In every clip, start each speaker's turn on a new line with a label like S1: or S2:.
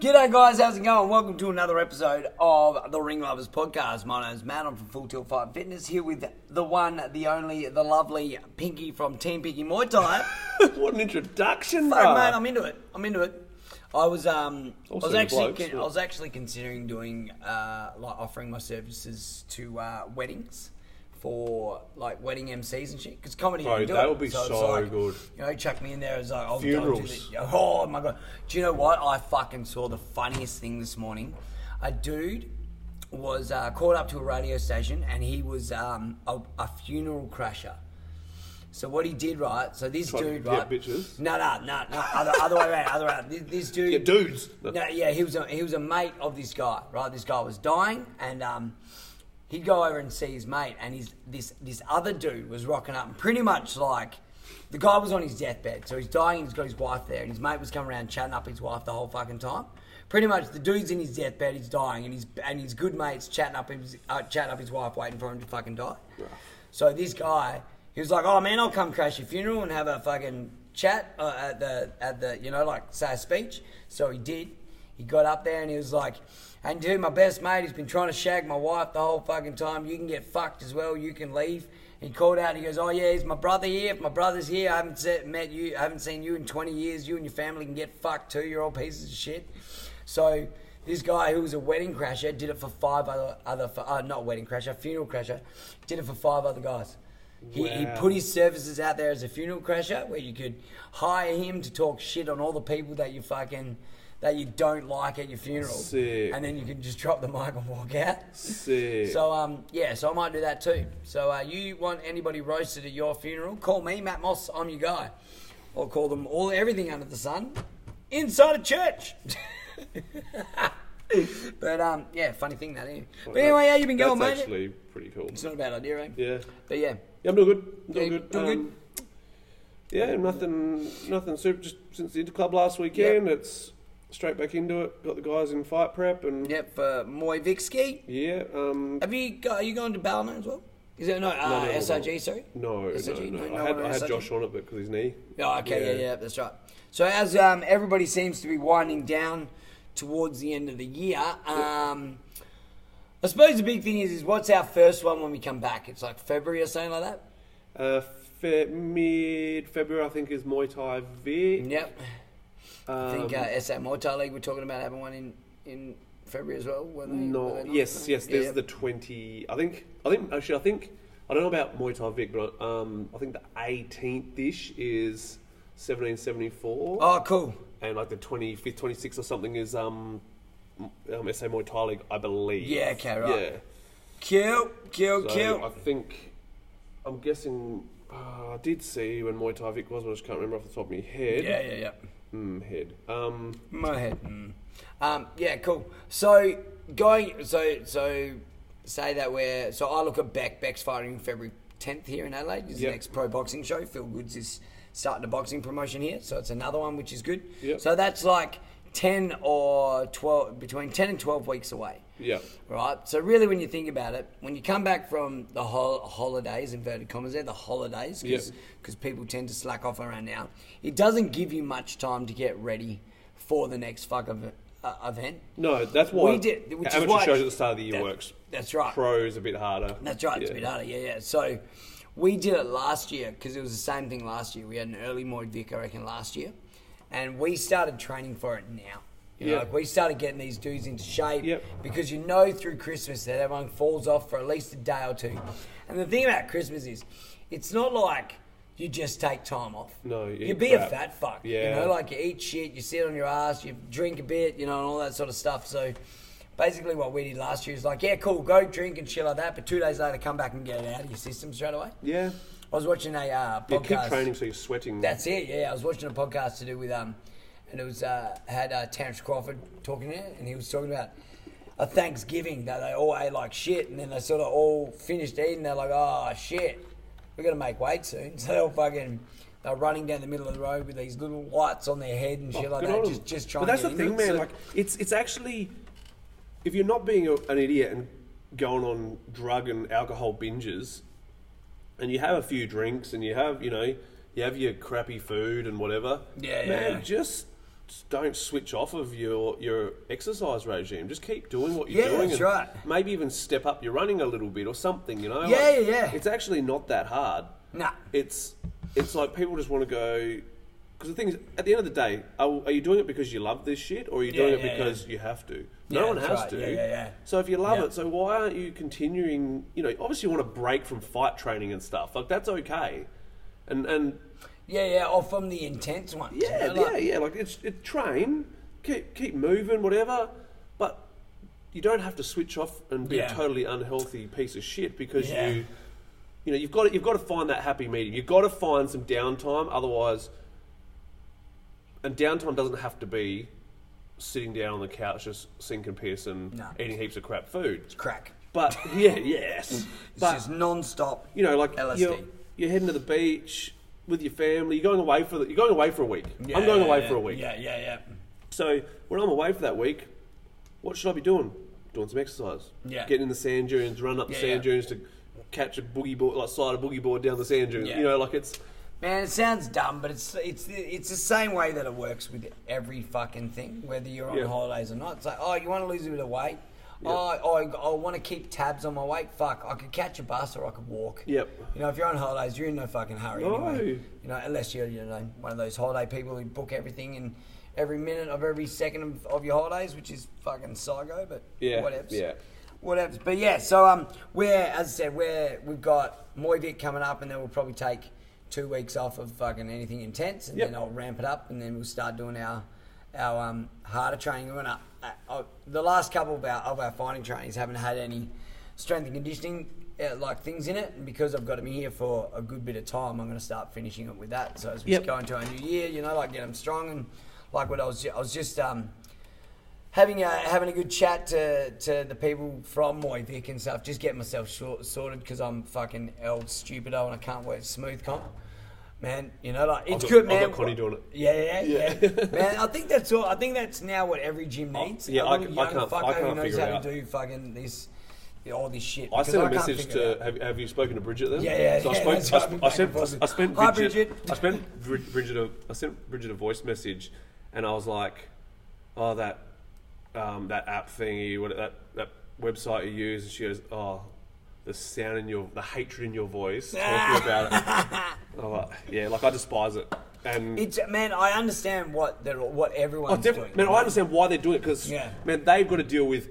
S1: G'day guys, how's it going? Welcome to another episode of the Ring Lovers Podcast. My name's Matt, I'm from Full Tilt Fight and Fitness, here with the one, the only, the lovely Pinky from Team Pinky Muay Thai.
S2: What an introduction,
S1: Fuck,
S2: bro.
S1: mate, I'm into it. I'm into it. I was um, I
S2: Also
S1: was
S2: the
S1: actually
S2: blokes,
S1: con-
S2: yeah.
S1: I was actually considering doing uh, like offering my services to uh, weddings for like wedding MCs and shit because comedy
S3: Bro,
S1: didn't do
S3: that
S1: it.
S3: would be
S1: it's
S3: so
S1: like,
S3: good.
S1: You know, chuck me in there as like I'll go do
S3: Funerals.
S1: the- Oh my god! Do you know what? I fucking saw the funniest thing this morning. A dude was uh, called up to a radio station and he was um, a, a funeral crasher. So what he did, right? So this
S3: Tried to
S1: dude,
S3: get
S1: right?
S3: bitches.
S1: No, no, no, no. Other, other way around. Other way around. This, this dude.
S3: Yeah, dudes.
S1: No, yeah, he was a, he was a mate of this guy, right? This guy was dying, and um, he'd go over and see his mate, and his this this other dude was rocking up, and pretty much like the guy was on his deathbed, so he's dying. He's got his wife there, and his mate was coming around chatting up his wife the whole fucking time. Pretty much, the dude's in his deathbed, he's dying, and his and his good mates chatting up his uh, chatting up his wife, waiting for him to fucking die. So this guy, he was like, "Oh man, I'll come crash your funeral and have a fucking chat uh, at the at the you know like say a speech." So he did. He got up there and he was like, "And dude, my best mate, he's been trying to shag my wife the whole fucking time. You can get fucked as well. You can leave." He called out. and He goes, "Oh yeah, is my brother here? If my brother's here, I haven't se- met you, I haven't seen you in 20 years. You and your family can get fucked too. You're all pieces of shit." So this guy who was a wedding crasher did it for five other other uh, not wedding crasher, funeral crasher, did it for five other guys. He, he
S3: Wow.
S1: put his services out there as a funeral crasher, where you could hire him to talk shit on all the people that you fucking that you don't like at your funeral,
S3: Sick.
S1: and then you can just drop the mic and walk out.
S3: Sick.
S1: So um yeah, so I might do that too. So uh, you want anybody roasted at your funeral? Call me, Matt Moss. I'm your guy. I'll call them all everything under the sun, inside a church. but um yeah, funny thing that. Anyway. But anyway, how you been going,
S3: That's
S1: mate?
S3: actually pretty cool.
S1: It's not a bad idea, right?
S3: Yeah.
S1: But yeah,
S3: Yeah, I'm doing good. I'm doing
S1: Yeah,
S3: good.
S1: doing
S3: Um, Yeah, nothing, nothing super. Just since the interclub last weekend, it's straight back into it. Got the guys in fight prep and
S1: yeah. For uh, Moy Vixki,
S3: yeah. Um,
S1: have you got, are you going to Ballina as well? Is that no, uh,
S3: no, no, no.
S1: SRG? Sorry.
S3: no, no,
S1: SRG?
S3: no,
S1: No,
S3: I had,
S1: no,
S3: I had
S1: SRG.
S3: Josh on it, but because his knee.
S1: Oh, okay, yeah. yeah, that's right. So as um, everybody seems to be winding down towards the end of the year, um, I suppose the big thing is, is what's our first one when we come back? It's like February or something like that.
S3: Uh, fe- mid February, I think, is Muay Thai Vic.
S1: Yep. I
S3: Um,
S1: think uh, SA Muay Thai League we're talking about having one in in February as well. were they- were
S3: No.
S1: they not?
S3: Yes. Yes.
S1: Yeah,
S3: There's
S1: yeah.
S3: the twenty. I think. I think. Actually, I think. I don't know about Muay Thai Vic, but um, I think the eighteenth ish is seventeen seventy four,
S1: Oh, cool.
S3: and like the twenty fifth, twenty sixth, or something is um, m- um, SA Muay Thai League, I believe.
S1: Yeah, okay, right.
S3: Yeah.
S1: Cute, cute,
S3: So
S1: cute.
S3: I think. I'm guessing. Uh, I did see when Muay Thai Vic was, but I just can't remember off the top of my head.
S1: Yeah, yeah, yeah.
S3: Mm, head. Um,
S1: My head. Um, yeah, cool. So going, so so say that we're. So I look at Beck. Beck's fighting February tenth here in Adelaide. Is the
S3: Yep.
S1: next pro boxing show. Phil Goods is starting a boxing promotion here, so it's another one which is good.
S3: Yep.
S1: So that's like ten or twelve, between ten and twelve weeks away.
S3: yeah.
S1: Right. So really, when you think about it, when you come back from the hol- holidays, inverted commas, there, the holidays, because
S3: Yep.
S1: people tend to slack off around now, it doesn't give you much time to get ready for the next fuck of uh, event.
S3: No, that's why
S1: We did, which is
S3: amateur
S1: why-
S3: shows at the start of the year
S1: That-
S3: works.
S1: that's right.
S3: Pro is a bit harder.
S1: That's right. It's a
S3: Yeah.
S1: bit harder. Yeah, yeah. So we did it last year because it was the same thing last year. We had an early Moid Vic, I reckon, last year, and we started training for it now. You know,
S3: Yeah.
S1: like we started getting these dudes into shape
S3: Yep.
S1: because you know through Christmas that everyone falls off for at least a day or two. And the thing about Christmas is, it's not like you just take time off.
S3: No, you
S1: you
S3: eat
S1: be a
S3: crap.
S1: fat fuck.
S3: Yeah.
S1: You know, like you eat shit, you sit on your ass, you drink a bit, you know, and all that sort of stuff. So basically, what we did last year is like, yeah, cool, go drink and shit like that. But two days later, come back and get it out of your system straight away.
S3: Yeah.
S1: I was watching a uh,
S3: You
S1: podcast.
S3: keep training so you're sweating.
S1: That's it. Yeah, I was watching a podcast to do with um, and it was uh, had uh, Terence Crawford talking in it, and he was talking about a Thanksgiving that they all ate like shit, and then they sort of all finished eating. They're like, oh shit, we're gonna make weight soon. So they all fucking they're running down the middle of the road with these little lights on their head and shit like
S3: Oh, Good
S1: that,
S3: on 'em.
S1: just just trying.
S3: But that's
S1: to
S3: the
S1: get
S3: thing,
S1: into it.
S3: man.
S1: So-
S3: Like, it's it's actually, if you're not being a, an idiot and going on drug and alcohol binges, and you have a few drinks and you have you know you have your crappy food and whatever,
S1: Yeah,
S3: man,
S1: yeah.
S3: just don't switch off of your your exercise regime. Just keep doing what you're
S1: Yeah,
S3: doing.
S1: that's
S3: and
S1: right.
S3: Maybe even step up your running a little bit or something. You know.
S1: Yeah, yeah, yeah.
S3: It's actually not that hard.
S1: Nah.
S3: It's it's like people just want to go because the thing is, at the end of the day, are, are you doing it because you love this shit, or are you
S1: Yeah,
S3: doing it
S1: yeah,
S3: because you have to?
S1: Yeah,
S3: no one
S1: that's
S3: has
S1: right.
S3: to.
S1: Yeah, yeah, yeah.
S3: So if you love
S1: Yeah.
S3: it, so why aren't you continuing? You know, obviously you want to break from fight training and stuff. Like that's okay, and and
S1: yeah, yeah, or from the intense ones. you
S3: yeah,
S1: know, like-
S3: yeah, yeah. Like it's it train, keep keep moving, whatever. But you don't have to switch off and be
S1: Yeah.
S3: a totally unhealthy piece of shit because
S1: Yeah.
S3: you you know you've got to, you've got to find that happy medium. You've got to find some downtime, otherwise. And downtime doesn't have to be sitting down on the couch just sinking piss and
S1: No.
S3: eating heaps of crap food.
S1: crack.
S3: But yeah, yes.
S1: It's
S3: but
S1: just non-stop.
S3: you know, like
S1: LSD.
S3: you're, you're heading to the beach with your family. You're going away for the, you're going away for a week.
S1: Yeah,
S3: I'm going
S1: yeah,
S3: away
S1: yeah.
S3: for a week.
S1: Yeah, yeah, yeah,
S3: So when I'm away for that week, what should I be doing? Doing some exercise.
S1: Yeah.
S3: Getting in the sand dunes, running up the
S1: Yeah,
S3: sand
S1: yeah.
S3: dunes to catch a boogie board, like slide a boogie board down the sand dunes.
S1: Yeah.
S3: You know, like it's
S1: Man, it sounds dumb, but it's it's it's the same way that it works with every fucking thing, whether you're on
S3: Yeah.
S1: holidays or not. It's like, oh, you want to lose a bit of weight? Oh, oh, I, I want to keep tabs on my weight. Fuck, I could catch a bus or I could walk.
S3: Yep.
S1: You know, if you're on holidays, you're in no fucking hurry
S3: No.
S1: anyway. You know, unless you're you know one of those holiday people who book everything and every minute of every second of, of your holidays, which is fucking psycho. But
S3: Yeah,
S1: whatevs.
S3: yeah.
S1: Whatever. But yeah, so um, we're as I said, we're we've got Moivik coming up, and then we'll probably take two weeks off of fucking anything intense, and
S3: Yep.
S1: then I'll ramp it up, and then we'll start doing our our um, harder training. We're not, uh, uh, the last couple of our of our fighting trainings haven't had any strength and conditioning uh, like things in it, and because I've got them here for a good bit of time, I'm going to start finishing it with that. So as we
S3: Yep.
S1: go into our new year, you know, like get them strong and like what I was I was just um having a having a good chat to, to the people from Moivik and stuff. Just get myself short, sorted because I'm fucking El Stupido and I can't work smooth comp. Man, you know, like it's
S3: got-
S1: good,
S3: I've
S1: man.
S3: got Connie doing it.
S1: Yeah, yeah, yeah. man, I think that's all. I think that's now what every gym needs.
S3: yeah,
S1: A
S3: I
S1: little
S3: c- I
S1: young
S3: can't- I
S1: fucker who
S3: can't
S1: knows
S3: figure
S1: how
S3: it
S1: to
S3: out.
S1: do fucking this, all this shit.
S3: I
S1: because
S3: sent a
S1: can't
S3: message
S1: figure it out.
S3: to have, have you spoken to Bridget then?
S1: Yeah, yeah,
S3: So
S1: yeah,
S3: I
S1: that's
S3: spoke.
S1: right,
S3: I-
S1: we've
S3: I,
S1: been
S3: sent.
S1: back and
S3: I, I
S1: forth.
S3: spent.
S1: Hi,
S3: Bridget,
S1: Bridget.
S3: I spent Brid- Bridget. A, I sent Bridget a voice message, and I was like, "Oh, that, um, that app thingy, what that that website you use." And she goes, "Oh, the sound in your, the hatred in your voice
S1: Ah.
S3: talking about it." I'm like, yeah, like I despise it. And
S1: It's man, I understand what they're what
S3: Oh,
S1: everyone's doing.
S3: definitely. Man, I understand why they're doing it because,
S1: Yeah.
S3: man, they've got to deal with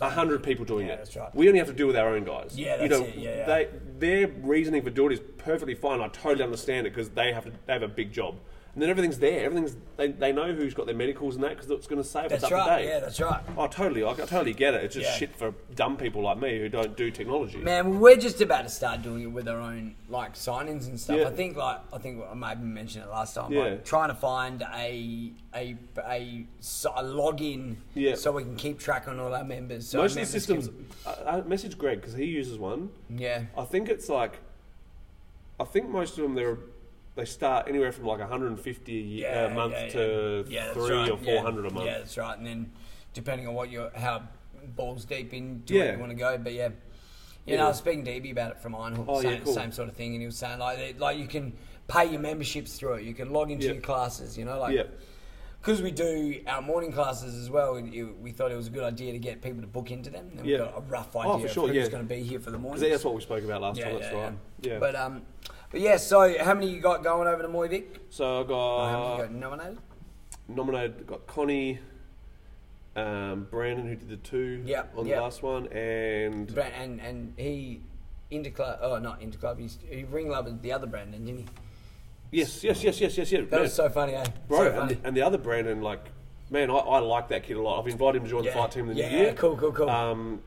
S3: a hundred people doing
S1: Yeah,
S3: it.
S1: that's right.
S3: We only have to deal with our own guys.
S1: Yeah,
S3: you
S1: that's
S3: know,
S1: it. Yeah, yeah.
S3: They, their reasoning for doing it is perfectly fine. I totally understand it because they have to, they have a big job, and then everything's there. Everything's they, they know who's got their medicals and that because it's going to save
S1: That's
S3: us up
S1: right.
S3: to date.
S1: Yeah, that's right.
S3: Oh, totally. I, I totally get it. It's just
S1: Yeah.
S3: shit for dumb people like me who don't do technology.
S1: Man, well, we're just about to start doing it with our own like sign-ins and stuff.
S3: Yeah.
S1: I think like I think I maybe mentioned it last time.
S3: Yeah.
S1: Like, trying to find a a a, so- a login
S3: Yeah.
S1: so we can keep track on all our members. So
S3: Most of
S1: our
S3: the
S1: members
S3: systems.
S1: can-
S3: I, I message Greg because he uses one.
S1: yeah.
S3: I think it's like, I think most of them they're they start anywhere from like 150 a, year,
S1: yeah,
S3: a month
S1: yeah, yeah.
S3: to
S1: Yeah, that's
S3: three
S1: right,
S3: or
S1: yeah.
S3: 400 a month.
S1: Yeah, that's right. And then depending on what you how balls deep in do
S3: Yeah.
S1: you want to go, but yeah. You
S3: Yeah.
S1: know, I was speaking to Ebby about it from Ironhook,
S3: Oh,
S1: same,
S3: yeah, cool.
S1: same sort of thing, and he was saying like they- like you can pay your memberships through it, you can log into
S3: Yeah.
S1: your classes, you know, like
S3: Yeah.
S1: because we do our morning classes as well, we, we thought it was a good idea to get people to book into them. And
S3: Yeah.
S1: We've got a rough
S3: Oh,
S1: idea
S3: for
S1: of
S3: sure,
S1: who's
S3: yeah.
S1: going to be here for the morning.
S3: 'Cause that's what we spoke about last time. That's right. Yeah.
S1: But um, but yeah. So how many you got going over to Moivik?
S3: so I
S1: Uh, how many
S3: got
S1: you got nominated?
S3: nominated. Got Connie, um, Brandon who did the two
S1: Yeah,
S3: on
S1: yeah.
S3: the last one, and
S1: Brand, and and he into club. Oh, not into club. He's, he ring loved the other Brandon, didn't he?
S3: yes, yes, yes, yes, yes, yes.
S1: That was so funny, eh?
S3: Bro,
S1: so
S3: and,
S1: funny.
S3: the, and the other Brandon, like, man, I, I like that kid a lot. I've invited him to join
S1: Yeah.
S3: the fight team in the
S1: Yeah,
S3: new year.
S1: cool, cool, cool.
S3: Um,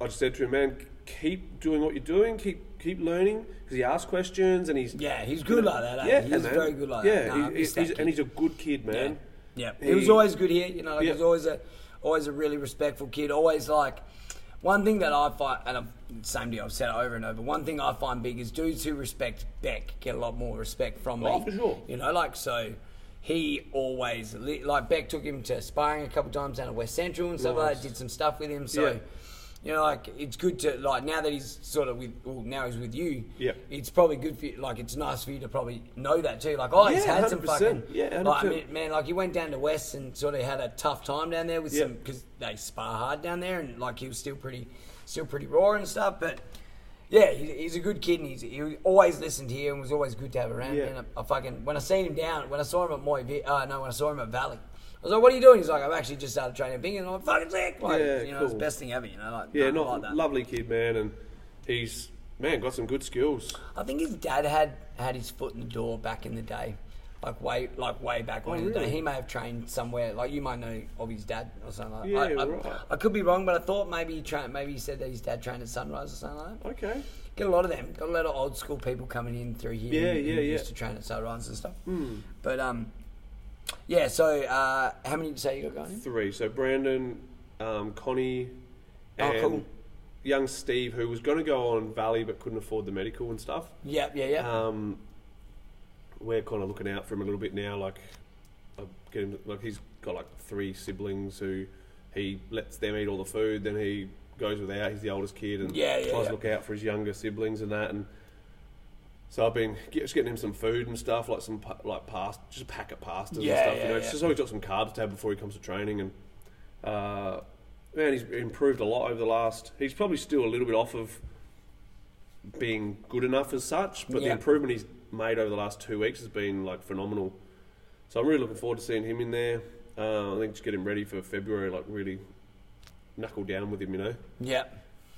S3: I just said to him, man, keep doing what you're doing, keep keep learning, because he asks questions and he's
S1: Yeah, he's good like that, eh?
S3: Yeah,
S1: He's
S3: man.
S1: very good like
S3: yeah,
S1: that. Nah, I
S3: he-
S1: miss that
S3: he's, and
S1: kid.
S3: he's a good kid, man.
S1: Yeah, he, was always good here. You know, like, he was always a always a really respectful kid. Always like one thing that I find, and I'm, same deal, I've said it over and over. One thing I find big is dudes who respect Beck get a lot more respect from
S3: Oh,
S1: me.
S3: for sure.
S1: You know, like so. He always li- like Beck took him to sparring a couple times down at West Central and stuff like that. Did some stuff with him, so
S3: Yeah.
S1: you know, like it's good to like now that he's sort of with well, now he's with you.
S3: Yeah.
S1: it's probably good for you. Like it's nice for you to probably know that too. Like oh, he's
S3: Yeah,
S1: had some
S3: 100%.
S1: fucking
S3: Yeah,
S1: like,
S3: 100%.
S1: man, like he went down to West and sort of had a tough time down there with
S3: Yeah.
S1: some because they spar hard down there and like he was still pretty, still pretty raw and stuff. But yeah, he, he's a good kid and he's, he always listened to you and was always good to have around.
S3: Yeah.
S1: And I, I fucking when I seen him down when I saw him at Moy, Vi- uh, no, when I saw him at Valley. I was like, "What are you doing?" He's like, "I've actually just started training binging." And I'm like, "Fucking sick!" Like,
S3: Yeah,
S1: you know, it's
S3: cool.
S1: the best thing ever. You know, like,
S3: Yeah,
S1: no,
S3: not
S1: like that.
S3: lovely kid, man, and he's man got some good skills.
S1: I think his dad had had his foot in the door back in the day, like way like way back when in the day.
S3: Oh, really?
S1: He may have trained somewhere. Like you might know of his dad or something. Like
S3: Yeah,
S1: that. I, I,
S3: right.
S1: I could be wrong, but I thought maybe he trained. Maybe he said that his dad trained at Sunrise or something like that.
S3: Okay,
S1: Get a lot of them. Got a lot of old school people coming in through here.
S3: Yeah,
S1: who- who
S3: yeah, Hmm. yeah.
S1: Used to train at Sunrise and stuff. But um, yeah. So uh, how many did you say you got going? In?
S3: three. So Brandon, um, Connie,
S1: Oh,
S3: and
S1: cool.
S3: young Steve, who was going to go on Valley but couldn't afford the medical and stuff.
S1: Yeah, yeah, yeah.
S3: Um, we're kind of looking out for him a little bit now. Like, I get him, like he's got like three siblings who he lets them eat all the food, then he goes without. He's the oldest kid, and
S1: Yeah, yeah,
S3: tries
S1: yeah.
S3: to look out for his younger siblings and that. And so I've been get, just getting him some food and stuff, like some pa- like past, just a packet pastas and
S1: Yeah,
S3: stuff.
S1: yeah,
S3: you know,
S1: yeah.
S3: just so he's got some carbs to have before he comes to training. And uh, man, he's improved a lot over the last. He's probably still a little bit off of being good enough as such, but
S1: Yeah.
S3: the improvement he's made over the last two weeks has been like phenomenal. So I'm really looking forward to seeing him in there. Uh, I think just get him ready for February, like really knuckle down with him, you know.
S1: yeah.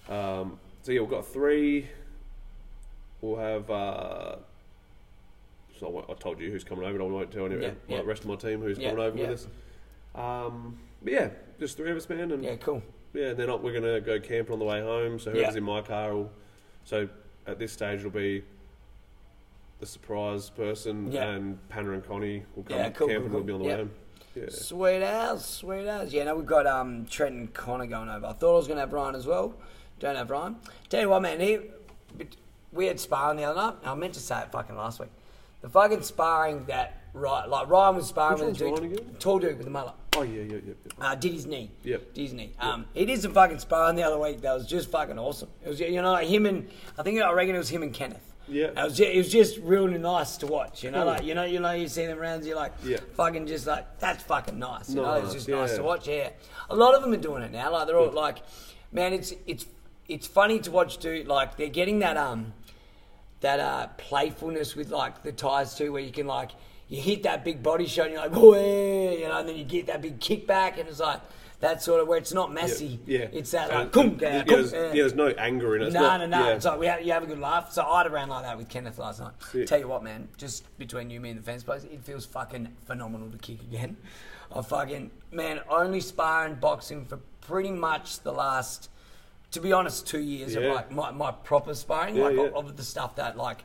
S3: Um, so yeah, we've got three. We'll have. Uh, so I won't- I told you who's coming over. and I won't tell anyone.
S1: Yeah, yeah.
S3: The rest of my team who's
S1: Yeah,
S3: coming over
S1: yeah.
S3: with us. Um, but yeah, just three of us, man, and
S1: Yeah.
S3: yeah,
S1: Cool.
S3: and then we're gonna go camping on the way home. So whoever's
S1: Yeah.
S3: in my car will. So at this stage, it'll be the surprise person
S1: Yeah.
S3: and Panna and Connie will come
S1: Yeah, cool,
S3: camping.
S1: cool,
S3: We'll be on the
S1: cool.
S3: way
S1: Yeah.
S3: home. Yeah.
S1: Sweet as, sweet as. Yeah, no, we've got um, Trent and Connor going over. I thought I was going to have Ryan as well. Don't have Ryan. Tell you what, man, he, but we had sparring the other night. I meant to say it fucking last week. The fucking sparring that, right, like Ryan was sparring
S3: Which
S1: with a
S3: one's
S1: dude,
S3: Ryan again?
S1: tall dude with the mullet.
S3: Oh yeah, yeah, yeah. yeah.
S1: Uh, did his knee.
S3: Yep.
S1: Did his knee. Um, he did some fucking sparring the other week that was just fucking awesome. It was, you know, like him and, I think, I reckon it was him and Kenneth.
S3: Yeah.
S1: It was, ju- it was just really nice to watch, you know,
S3: Cool.
S1: like, you know, you know, you see them rounds, you're like,
S3: Yeah.
S1: fucking just like, that's fucking nice, you know, it's
S3: Nice,
S1: just nice
S3: yeah.
S1: to watch, yeah. A lot of them are doing it now, like, they're all, like, man, it's, it's, it's funny to watch, dude, like, they're getting that, um, that uh, playfulness with like the tires too, where you can like you hit that big body shot and you're like, Whoa, you know, and then you get that big kick back and it's like that sort of where it's not messy.
S3: Yeah,
S1: It's that
S3: So
S1: like, "Kum,
S3: yeah,
S1: kum,
S3: there's,
S1: eh."
S3: yeah, there's no anger in it. It's
S1: No,
S3: not-
S1: no, no.
S3: yeah.
S1: It's like we have, you have a good laugh. So I'd have ran like that with Kenneth last night.
S3: Yeah.
S1: Tell you what, man, just between you, me, and the fence place, it feels fucking phenomenal to kick again. I fucking man, only sparring boxing for pretty much the last, to be honest, two years of
S3: Yeah.
S1: like my, my proper sparring,
S3: Yeah,
S1: like
S3: yeah.
S1: Of, of the stuff that like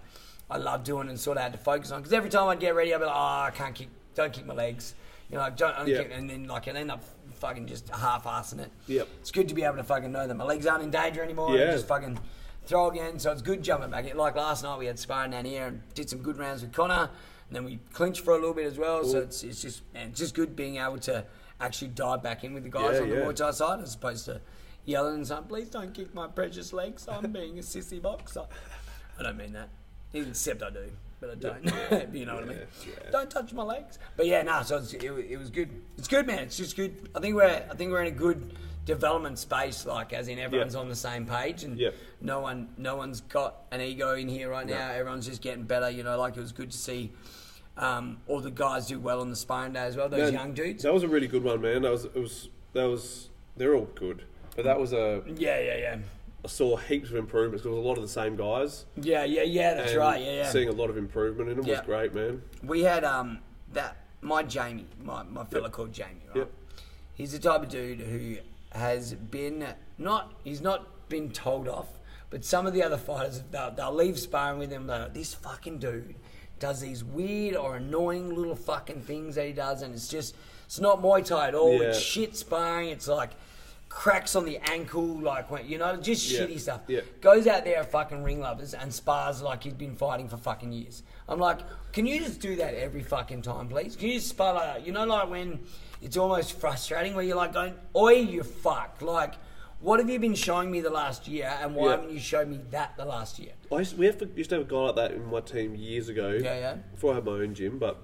S1: I love doing and sort of had to focus on. Because every time I'd get ready, I'd be like, oh, I can't kick, don't kick my legs. You know, like, don't, don't
S3: Yeah.
S1: kick, and then like I'd end up fucking just half-assing it.
S3: Yep.
S1: It's good to be able to fucking know that my legs aren't in danger anymore.
S3: Yeah.
S1: Yeah. Just fucking throw again. So it's good jumping back in. Like last night, we had sparring down here and did some good rounds with Connor. And then we clinched for a little bit as well. So it's, it's just man, it's just good being able to actually dive back in with the guys
S3: Yeah,
S1: on the
S3: yeah.
S1: Muay Thai side as opposed to yelling and saying, please don't kick my precious legs. I'm being a sissy boxer. I don't mean that. Except I do. But I don't. But you know what I mean? Don't touch my legs. But yeah, no. So it's, it, wa- it was good. It's good, man. It's just good. I think we're I think we're in a good development space, like as in everyone's on the same page, and
S3: Yeah.
S1: no one no one's got an ego in here right now. Everyone's just getting better. You know, like it was good to see um, all the guys do well on the sparring day as well. Those
S3: Yeah,
S1: young dudes.
S3: That was a really good one, man. That was it was that was they're all good, but that was a
S1: yeah, yeah, yeah,
S3: I saw heaps of improvements. 'cause It was a lot of the same guys.
S1: yeah, yeah, yeah. That's
S3: and
S1: right. Yeah, yeah.
S3: Seeing a lot of improvement in them was
S1: Yeah.
S3: great, man.
S1: we had um that my Jamie, my my fella called Jamie, right?
S3: Yep.
S1: He's the type of dude who has been not he's not been told off, but some of the other fighters they'll, they'll leave sparring with him. They're like, this fucking dude does these weird or annoying little fucking things that he does, and it's just It's not Muay Thai at all. It's
S3: Yeah.
S1: shit sparring. It's like cracks on the ankle, like when, you know, just
S3: Yeah.
S1: shitty stuff.
S3: Yeah.
S1: Goes out there at fucking ring lovers and spars like he's been fighting for fucking years. I'm like, can you just do that every fucking time, please? Can you just spar like that? You know, like when it's almost frustrating where you're like going, oi, you fuck. Like, what have you been showing me the last year and why
S3: Yeah.
S1: haven't you showed me that the last year?
S3: I used, we have, used to have a guy like that in my team years ago.
S1: Yeah, yeah.
S3: Before I had my own gym, but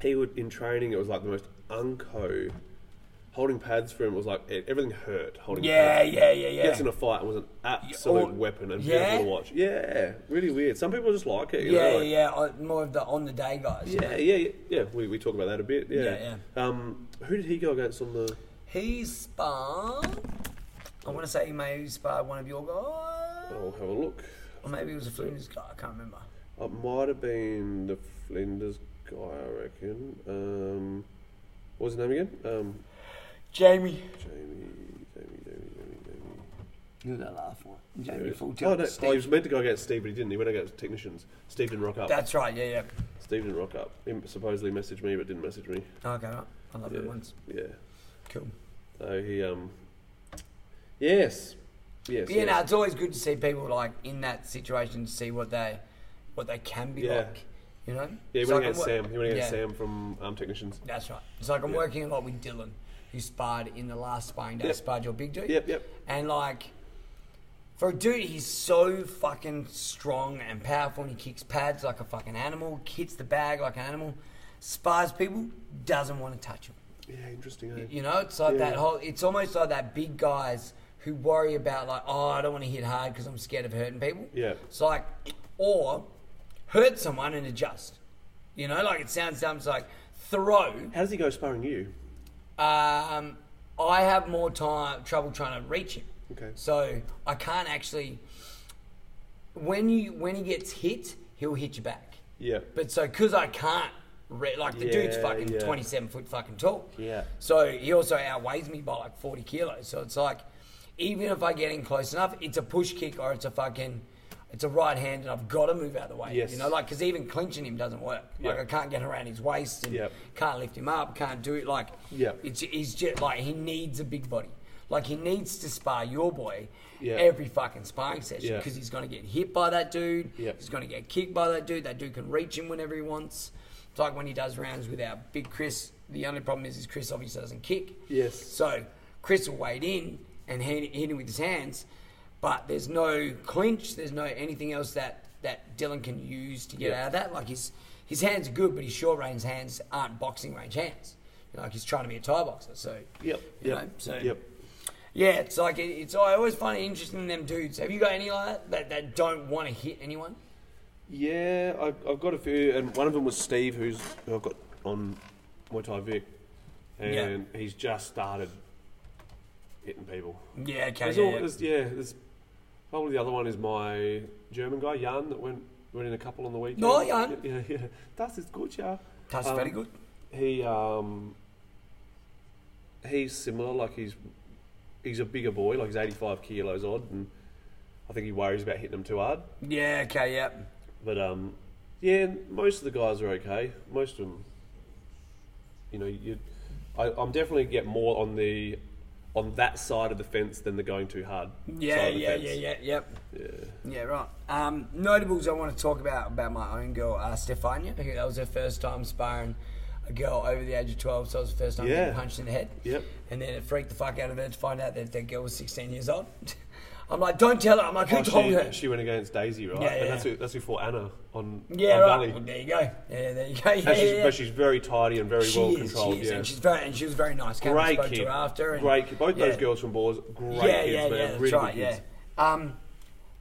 S3: he would in training. It was like the most unco. Holding pads for him was like e- everything hurt. Holding
S1: Yeah,
S3: pads.
S1: yeah, yeah, yeah.
S3: Gets in a fight and was an absolute
S1: or-
S3: weapon and
S1: Yeah?
S3: beautiful to watch. Yeah, really weird. Some people just like it. You
S1: Yeah,
S3: know, like-
S1: yeah, uh, more of the on the day guys.
S3: yeah, yeah, yeah, yeah. We, we talk about that a bit. Yeah,
S1: Yeah,
S3: Um, who did he go against on the?
S1: He sparred. I want to say he may have sparred one of your guys,
S3: I'll have a look.
S1: or maybe it was a Flinders guy. I can't remember.
S3: It might have been the Flinders guy, I reckon. Um, what was his name again? Um,
S1: Jamie.
S3: Jamie, Jamie, Jamie, Jamie, Jamie.
S1: You got last one. Jamie full
S3: Oh, no, oh, he was meant to go against Steve, but he didn't. He went against technicians. Steve didn't rock up.
S1: That's right. Yeah, yeah.
S3: Steve didn't rock up. He supposedly messaged me, but didn't message me.
S1: Okay, right. I love
S3: Yeah.
S1: it once.
S3: Yeah.
S1: Cool.
S3: So he, um, yes, yes.
S1: But yeah,
S3: yes.
S1: no, it's always good to see people like in that situation to see what they, what they can be
S3: Yeah.
S1: like. You know.
S3: yeah, he
S1: It's
S3: went
S1: like I'm
S3: against
S1: wo-
S3: Sam. He went against
S1: Yeah.
S3: Sam from um, technicians.
S1: That's right. It's like I'm working a lot with Dylan, who sparred in the last sparring day.
S3: Yep.
S1: Sparred your big dude.
S3: Yep, yep.
S1: And like, for a dude, he's so fucking strong and powerful, and he kicks pads like a fucking animal, hits the bag like an animal, spars people, doesn't want to touch him.
S3: Yeah, interesting. Eh?
S1: You know, it's like that
S3: Yeah.
S1: whole. It's almost like that big guys who worry about like, oh, I don't want to hit hard because I'm scared of hurting people.
S3: Yeah.
S1: It's like, or hurt someone and adjust. You know, like it sounds dumb. It's like throw.
S3: How does he go sparring you?
S1: Um, I have more time trouble trying to reach him.
S3: Okay.
S1: So I can't actually. When you when he gets hit, he'll hit you back.
S3: Yeah.
S1: But so because I can't, re- like the dude's
S3: Yeah,
S1: fucking
S3: yeah.
S1: twenty seven foot fucking tall.
S3: Yeah.
S1: So he also outweighs me by like forty kilos. So it's like, even if I get in close enough, it's a push kick or it's a fucking. It's a right hand, and I've got to move out of the way.
S3: Yes.
S1: You know, like because even clinching him doesn't work. Like
S3: Yeah.
S1: I can't get around his waist and
S3: Yep.
S1: can't lift him up, can't do it. Like
S3: Yeah.
S1: it's he's just like he needs a big body. Like he needs to spar your boy
S3: Yeah.
S1: every fucking sparring session
S3: Yeah.
S1: because he's gonna get hit by that dude.
S3: Yeah.
S1: He's gonna get kicked by that dude. That dude can reach him whenever he wants. It's like when he does rounds with our big Chris. The only problem is, is Chris obviously doesn't kick.
S3: Yes.
S1: So Chris will wade in and hit, hit him with his hands, but there's no clinch. There's no anything else that that Dylan can use to get
S3: Yeah.
S1: out of that. Like his his hands are good, but his short range hands aren't boxing range hands. You know, like he's trying to be a Thai boxer. So
S3: Yep.
S1: you
S3: Yep.
S1: know, so-
S3: Yep.
S1: yeah, it's like it, it's. I always find it interesting in them dudes. Have you got any like that that, that don't want to hit anyone?
S3: Yeah, I've, I've got a few, and one of them was Steve, who's who I've got on Muay Thai Vic, and he's just started hitting people.
S1: Yeah, okay,
S3: There's all, there's, yeah, there's probably the other one is my German guy Jan that went went in a couple on the weekend.
S1: No, Jan.
S3: Yeah, yeah, yeah. Das ist gut, yeah.
S1: That's
S3: Um,
S1: very good.
S3: He um, he's similar. Like he's he's a bigger boy. Like he's 85 kilos odd, and I think he worries about hitting him too hard.
S1: Yeah, okay, yeah.
S3: But um, yeah, most of the guys are okay. Most of them, you know, you, I, I'm definitely get more on the on that side of the fence than the going too hard.
S1: Yeah,
S3: side of the
S1: yeah,
S3: fence.
S1: yeah, yeah, yep.
S3: yeah.
S1: Yeah, right. Um, notables I want to talk about about my own girl, uh, Stefania. who- That was her first time sparring a girl over the age of 12, so it was the first time
S3: Yeah.
S1: getting punched in the head.
S3: Yep.
S1: And then it freaked the fuck out of her to find out that that girl was 16 years old. I'm like, don't tell her. I'm like, who
S3: Oh,
S1: told
S3: she,
S1: her?
S3: she went against Daisy, right?
S1: Yeah, yeah.
S3: And that's who, that's who fought Anna on,
S1: yeah,
S3: on
S1: right.
S3: Valley.
S1: Well, there you go. Yeah, there you go. Yeah,
S3: And she's,
S1: yeah, yeah.
S3: But she's very tidy and very
S1: She
S3: well
S1: is,
S3: controlled.
S1: She is,
S3: yeah.
S1: and she's very, and she was very nice. Came and
S3: great
S1: spoke
S3: kid.
S1: to her after. And,
S3: great kid. Both
S1: yeah.
S3: those girls from Boars, great
S1: yeah,
S3: kids,
S1: yeah,
S3: man.
S1: yeah. That's
S3: really good
S1: right.
S3: kids.
S1: Yeah. Um,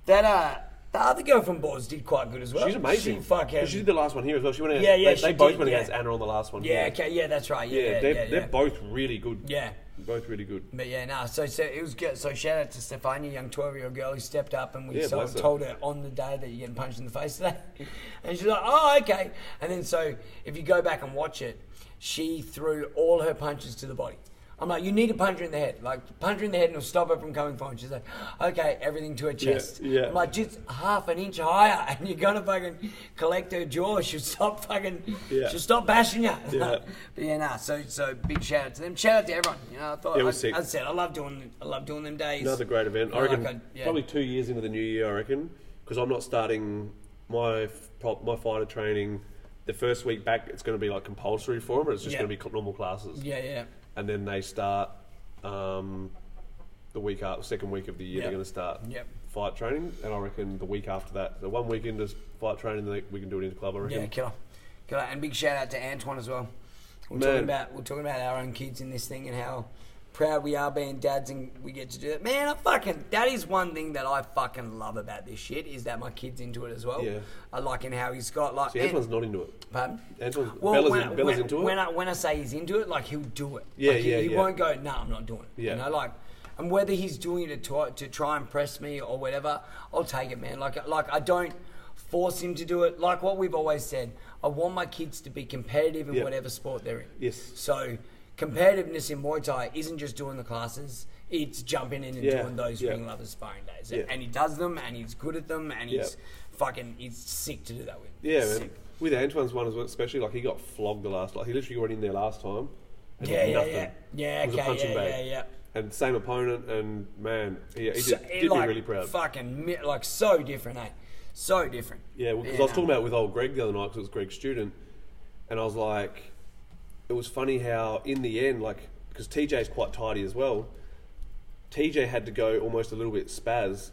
S1: that uh, the other girl from Boards did quite good as well.
S3: She's amazing.
S1: She fucking.
S3: She did the last one here as well. She went against,
S1: Yeah, yeah,
S3: they,
S1: she
S3: they both
S1: did,
S3: went
S1: yeah.
S3: against Anna on the last one.
S1: yeah. Okay. Yeah. That's right. Yeah.
S3: Yeah,
S1: Yeah.
S3: they're,
S1: yeah,
S3: they're
S1: yeah.
S3: both really good.
S1: Yeah.
S3: Both really good.
S1: But yeah, no. so, so it was good. So shout out to Stefania, young twelve-year-old girl who stepped up, and we
S3: Yeah,
S1: sort
S3: bless
S1: of
S3: her.
S1: told her on the day that you're getting punched in the face today, and she's like, "Oh, okay." And then so if you go back and watch it, she threw all her punches to the body. I'm like, you need to punch her in the head. Like, punch her in the head and it'll stop her from coming forward. She's like, okay, everything to her chest.
S3: yeah.
S1: I'm like, just half an inch higher and you're going to fucking collect her jaw. She'll stop fucking,
S3: Yeah.
S1: she'll stop bashing you.
S3: Yeah.
S1: but yeah, nah, so, so big shout out to them. Shout out to everyone. You know, I thought,
S3: Yeah, it
S1: I,
S3: was sick.
S1: as I said, I love doing, I love doing them days.
S3: Another great event. I
S1: Like
S3: reckon
S1: a- yeah.
S3: probably two years into the new year, I reckon, because I'm not starting my f- prop, my fighter training the first week back. It's going to be like compulsory for them, or it's just
S1: Yeah.
S3: going to be c- normal classes.
S1: Yeah, yeah.
S3: And then they start um, the week after, second week of the year.
S1: Yeah.
S3: They're going to start
S1: Yep.
S3: fight training, and I reckon the week after that, the one week into s- fight training, then we can do it into club. I reckon.
S1: Yeah, killer, killer, and big shout out to Antoine as well. We're talking
S3: Man.
S1: about we're talking about our own kids in this thing and how proud we are being dads and we get to do it. Man, I fucking that is one thing that I fucking love about this shit is that my kids into it as well.
S3: Yeah.
S1: I like in how he's got like.
S3: See,
S1: and-
S3: Antoine's not into it.
S1: Pardon?
S3: Antoine's- Bella's in-
S1: I-
S3: Bella's
S1: when,
S3: into it?
S1: When I, when I say he's into it, like he'll do it.
S3: Yeah,
S1: Like, he,
S3: yeah,
S1: He
S3: yeah.
S1: won't go. No, I'm not doing it.
S3: Yeah.
S1: You know, like, and whether he's doing it to try, to try and press me or whatever, I'll take it, man. Like, like I don't force him to do it. Like what we've always said, I want my kids to be competitive in
S3: Yeah.
S1: whatever sport they're in.
S3: Yes.
S1: So competitiveness in Muay Thai isn't just doing the classes. It's jumping in and
S3: Yeah,
S1: doing those
S3: yeah.
S1: ring lovers sparring days,
S3: Yeah.
S1: and he does them, and he's good at them, and
S3: Yeah.
S1: he's fucking he's sick to do that with.
S3: Yeah,
S1: Sick.
S3: man. With Antoine's one as well, especially like he got flogged the last. Like he literally went in there last time. and
S1: Yeah, yeah,
S3: nothing.
S1: yeah. Yeah,
S3: It was a
S1: okay,
S3: punching
S1: yeah,
S3: bag.
S1: yeah, yeah.
S3: And same opponent, and man, he, he
S1: So-
S3: just
S1: it,
S3: did
S1: like,
S3: me really proud.
S1: Fucking mi- like so different, eh? So different.
S3: Yeah, because I was talking about with old Greg the other night because it was Greg's student, and I was like, it was funny how in the end, like, because TJ's quite tidy as well. TJ had to go almost a little bit spaz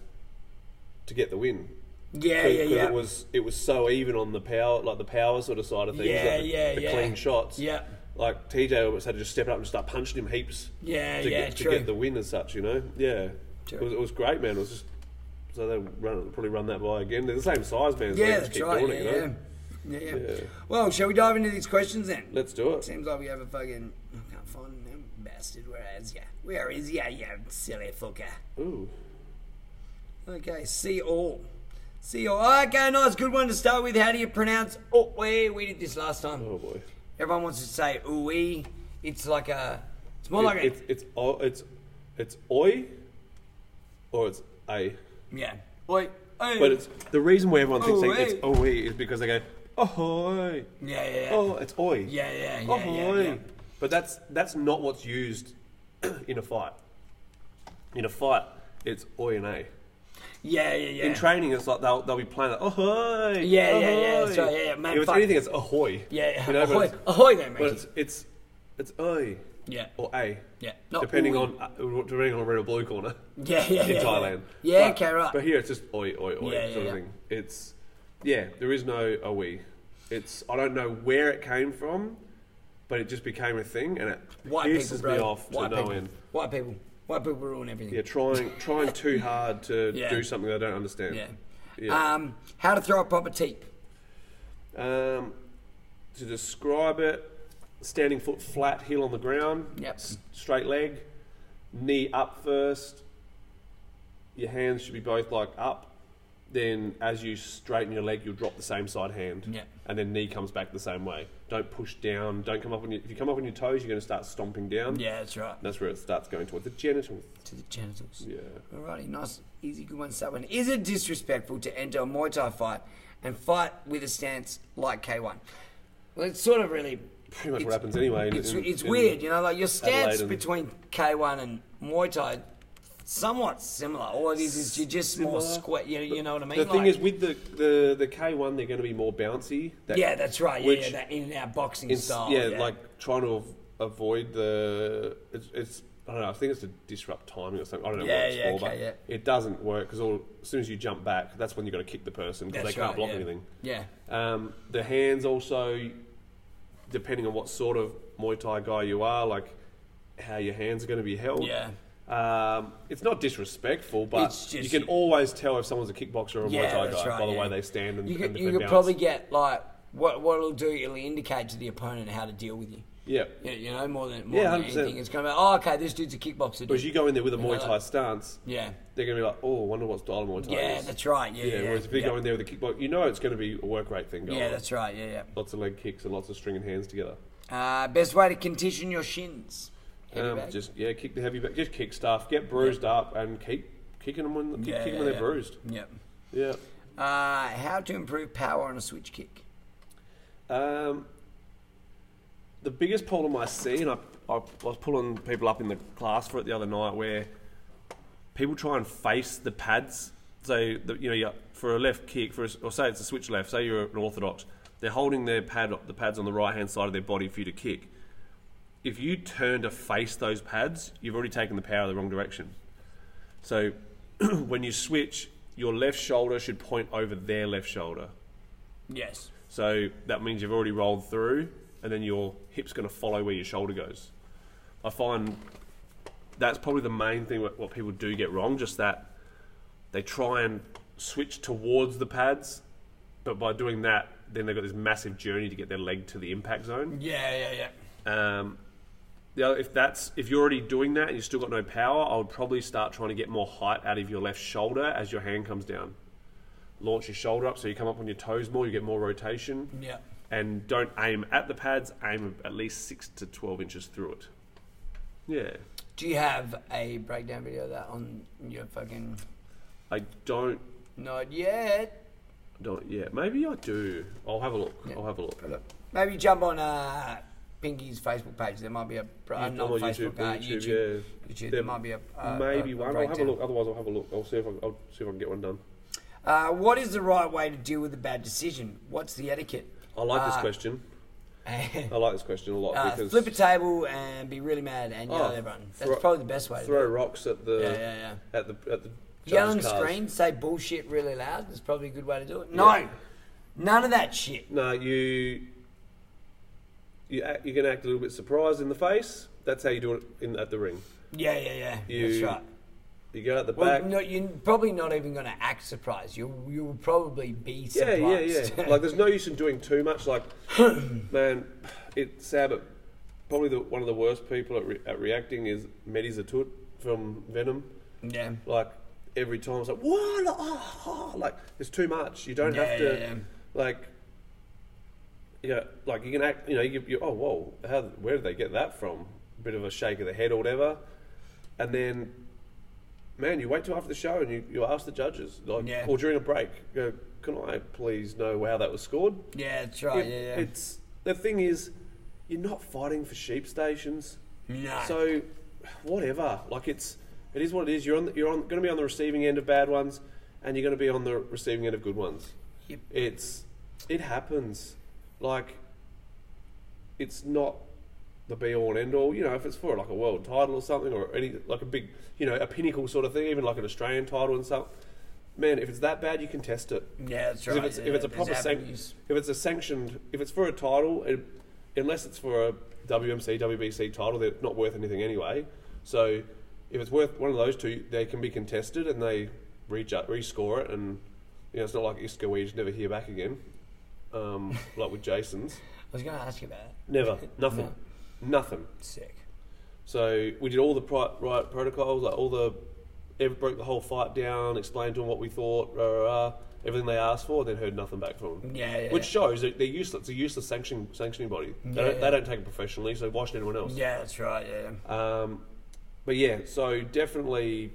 S3: to get the win.
S1: Yeah,
S3: Cause,
S1: yeah,
S3: 'cause
S1: yeah.
S3: It was it was so even on the power, like the power sort of side of things.
S1: Yeah,
S3: like the,
S1: yeah,
S3: the
S1: yeah.
S3: clean shots.
S1: Yeah.
S3: Like TJ almost had to just step up and start punching him heaps.
S1: Yeah,
S3: to
S1: yeah,
S3: get,
S1: true.
S3: To get the win as such, you know. Yeah.
S1: True.
S3: It was, it was great, man. It was just so they run probably run that by again. They're the same size, man. so
S1: yeah,
S3: they just
S1: that's
S3: keep
S1: right.
S3: doing
S1: Yeah,
S3: it, you know?
S1: yeah. Yeah, yeah.
S3: Yeah.
S1: Well, shall we dive into these questions then?
S3: Let's do it.
S1: Seems like we have a fucking. I can't find them bastard. Where is ya? Where is ya, you silly fucker?
S3: Ooh.
S1: Okay, see all. See all. Okay, nice. Good one to start with. How do you pronounce? Oh, we we did this last time.
S3: Oh boy.
S1: Everyone wants to say ooey. It's like a. It's more
S3: It-
S1: like a.
S3: it's it's o- it's it's oi, or it's a.
S1: yeah. Oi. Oi.
S3: But it's the reason why everyone thinks they- it's
S1: Oi.
S3: oi is because they go ahoy.
S1: Yeah, yeah, yeah.
S3: Oh, it's oi.
S1: Yeah, yeah, yeah, yeah,
S3: Ahoy.
S1: yeah.
S3: But that's that's not what's used in a fight. In a fight, it's oi and a.
S1: Yeah, yeah, yeah.
S3: In training, it's like they'll, they'll be playing like ahoy.
S1: Yeah, yeah, yeah, that's
S3: ahoy."
S1: right, yeah, yeah, man,
S3: if it's
S1: fuck.
S3: anything, it's ahoy.
S1: yeah, yeah.
S3: You know,
S1: ahoy,
S3: But it's,
S1: ahoy there,
S3: but
S1: mate.
S3: it's it's it's oi
S1: Yeah.
S3: or a.
S1: Yeah. Not
S3: depending
S1: oi.
S3: on uh, depending on red or blue corner
S1: Yeah, yeah,
S3: in
S1: yeah.
S3: Thailand.
S1: Yeah,
S3: but,
S1: okay, right.
S3: But here it's just oi oi oi
S1: Yeah,
S3: sort
S1: yeah,
S3: of
S1: yeah.
S3: thing. It's yeah, there is no oi. It's I don't know where it came from, but it just became a thing and it
S1: White people,
S3: pisses
S1: bro.
S3: me off to
S1: White
S3: no
S1: people.
S3: end.
S1: White people. White people ruin everything.
S3: Yeah, trying trying too hard to
S1: Yeah.
S3: do something I don't understand.
S1: Yeah.
S3: Yeah.
S1: Um, how to throw a proper teep.
S3: Um, to describe it, standing foot flat, heel on the ground.
S1: Yep.
S3: s- Straight leg, knee up first. Your hands should be both like up. Then, as you straighten your leg, you'll drop the same side hand.
S1: Yep.
S3: And then knee comes back the same way. Don't push down. Don't come up on your. If you come up on your toes, you're going to start stomping down.
S1: Yeah, that's right.
S3: That's where it starts going towards the genitals.
S1: To the genitals.
S3: Yeah.
S1: Alrighty, nice, easy, good one. That one. Is it disrespectful to enter a Muay Thai fight and fight with a stance like K1? Well, it's sort of really.
S3: Pretty much
S1: it's-
S3: what happens anyway. in-
S1: It's,
S3: in-
S1: it's
S3: in-
S1: weird, you know, like your stance
S3: Adelaide and-
S1: between K1 and Muay Thai somewhat similar. All it is is you're just more
S3: Similar.
S1: square, you, you know what I mean?
S3: The thing
S1: Like-
S3: is, with the, the, the K1, they're going to be more bouncy. That-
S1: yeah, that's right. Yeah,
S3: which
S1: yeah, that in and out boxing
S3: It's,
S1: style.
S3: yeah, like trying to av- avoid the. It's, it's I don't know. I think it's to disrupt timing or something. I don't know
S1: Yeah,
S3: what it's
S1: yeah, okay,
S3: for, but
S1: yeah.
S3: it doesn't work because as soon as you jump back, that's when you got to kick the person because
S1: That's
S3: they can't
S1: right,
S3: block
S1: yeah.
S3: anything.
S1: Yeah.
S3: Um, the hands also, depending on what sort of Muay Thai guy you are, like how your hands are going to be held.
S1: Yeah.
S3: Um, it's not disrespectful, but
S1: It's
S3: you
S1: just-
S3: can always tell if someone's a kickboxer or a Muay Thai
S1: that's
S3: guy by the
S1: yeah.
S3: way they stand and,
S1: you
S3: and
S1: could,
S3: if
S1: you
S3: they
S1: could
S3: bounce.
S1: probably get like what what it'll do. It'll indicate to the opponent how to deal with you.
S3: yeah.
S1: You you know, more than more
S3: Yeah,
S1: than
S3: 100%.
S1: anything, it's going to be oh, okay. This dude's a kickboxer. Dude.
S3: Whereas you go in there with a
S1: know,
S3: Muay Thai
S1: like-
S3: stance,
S1: yeah,
S3: they're gonna be like, oh, I wonder what style of Muay Thai.
S1: yeah,
S3: is.
S1: that's right. Yeah,
S3: Yeah,
S1: yeah.
S3: whereas if you
S1: yeah.
S3: go in there with a kickbox, you know it's gonna be a work rate thing going.
S1: yeah,
S3: on.
S1: that's right. Yeah, yeah.
S3: Lots of leg kicks and lots of stringing hands together.
S1: Uh, best way to condition your shins. Heavy
S3: Um,
S1: bag?
S3: just yeah, kick the heavy back. Just kick stuff. Get bruised up and keep kicking them when keep kicking when they're bruised.
S1: Yep.
S3: Yeah.
S1: Uh, how to improve power on a switch kick?
S3: Um, the biggest problem I see, and I, I, I was pulling people up in the class for it the other night, where people try and face the pads. So the, you know, you- for a left kick, for a s or say it's a switch left, say you're an orthodox, they're holding their pad, the pads on the right hand side of their body for you to kick. If you turn to face those pads, you've already taken the power the wrong direction. So when you switch, your left shoulder should point over their left shoulder.
S1: Yes.
S3: So that means you've already rolled through, and then your hip's going to follow where your shoulder goes. I find that's probably the main thing what, what people do get wrong, just that they try and switch towards the pads, but by doing that, then they've got this massive journey to get their leg to the impact zone.
S1: Yeah, yeah, yeah.
S3: Um, the other, if that's if you're already doing that and you've still got no power, I would probably start trying to get more height out of your left shoulder as your hand comes down. Launch your shoulder up so you come up on your toes more, you get more rotation
S1: Yeah.
S3: and don't aim at the pads. Aim at least six to twelve inches through it. Yeah,
S1: Do you have a breakdown video of that on your fucking?
S3: I don't.
S1: Not yet.
S3: Don't. Yeah, maybe I do. I'll have a look. I'll have a look.
S1: Maybe jump on uh, Pinky's Facebook page. There might be a uh, not
S3: or
S1: Facebook, uh, YouTube. YouTube.
S3: yeah.
S1: There might be a uh,
S3: maybe
S1: a
S3: one. I'll have a
S1: breakdown.
S3: look. Otherwise, I'll have a look. I'll see if I, I'll see if I can get one done.
S1: Uh, what is the right way to deal with a bad decision? What's the etiquette?
S3: I like this
S1: Uh,
S3: question. I like this question a lot
S1: Uh,
S3: because
S1: flip a table and be really mad and yell
S3: Oh,
S1: at everyone. That's
S3: throw-
S1: probably the best way. to
S3: throw
S1: do it.
S3: rocks at the
S1: Yeah, yeah, yeah.
S3: at the at the
S1: Yell and
S3: judges' cars.
S1: scream, say bullshit really loud. That's probably a good way to do it. No,
S3: Yeah.
S1: none of that shit.
S3: No, you you act, you can act a little bit surprised in the face. That's how you do it in, at the ring.
S1: Yeah, yeah, yeah.
S3: You-
S1: That's right.
S3: You go at the
S1: Well,
S3: back.
S1: no, you're probably not even going to act surprised. You you will probably be
S3: yeah,
S1: surprised.
S3: yeah, yeah. like there's no use in doing too much. Like, man, it's sad, but probably the, one of the worst people at, re- at reacting is Mehdi Zatut from Venom.
S1: yeah.
S3: Like every time it's like, what? Oh, oh," Like it's too much. You don't
S1: Yeah,
S3: have to.
S1: yeah, yeah.
S3: Like, you know, like you can act. You know, you, you oh whoa, how where did they get that from? Bit of a shake of the head or whatever, and then. Man, you wait till after the show and you, you ask the judges, like,
S1: Yeah.
S3: or during a break, you go, can I please know how that was scored?
S1: Yeah, that's right.
S3: It-
S1: Oh, yeah, yeah.
S3: It's the thing is, you're not fighting for sheep stations.
S1: No.
S3: So, whatever. Like it's, it is what it is. You're on. The, you're on. Going to be on the receiving end of bad ones, and you're going to be on the receiving end of good ones.
S1: Yep.
S3: It's, it happens. Like, it's not the be all and end all. You know, if it's for like a world title or something, or any like a big, you know, a pinnacle sort of thing, even like an Australian title and something. Man, if it's that bad, you contest it.
S1: yeah, that's
S3: 'Cause
S1: right.
S3: if it's
S1: yeah,
S3: if it's a
S1: there's
S3: proper san-
S1: avenues.
S3: if it's a sanctioned if it's for a title, it, unless it's for a WMC WBC title, they're not worth anything anyway. So if it's worth one of those two, they can be contested and they reju- rescore it, and you know it's not like Isco where you just never hear back again, um, like with Jason's.
S1: I was going to ask you about that.
S3: Never, nothing, nothing.
S1: Sick.
S3: So we did all the pri- right protocols, like all the, ev- broke the whole fight down, explained to them what we thought, rah, rah, rah, everything they asked for, then heard nothing back from them.
S1: Yeah, yeah,
S3: Which
S1: yeah.
S3: shows that they're useless. It's a useless sanction, sanctioning body. They,
S1: Yeah,
S3: don't,
S1: yeah.
S3: they don't take it professionally, so why should anyone else?
S1: Yeah, that's right. Yeah.
S3: Um, but yeah, so definitely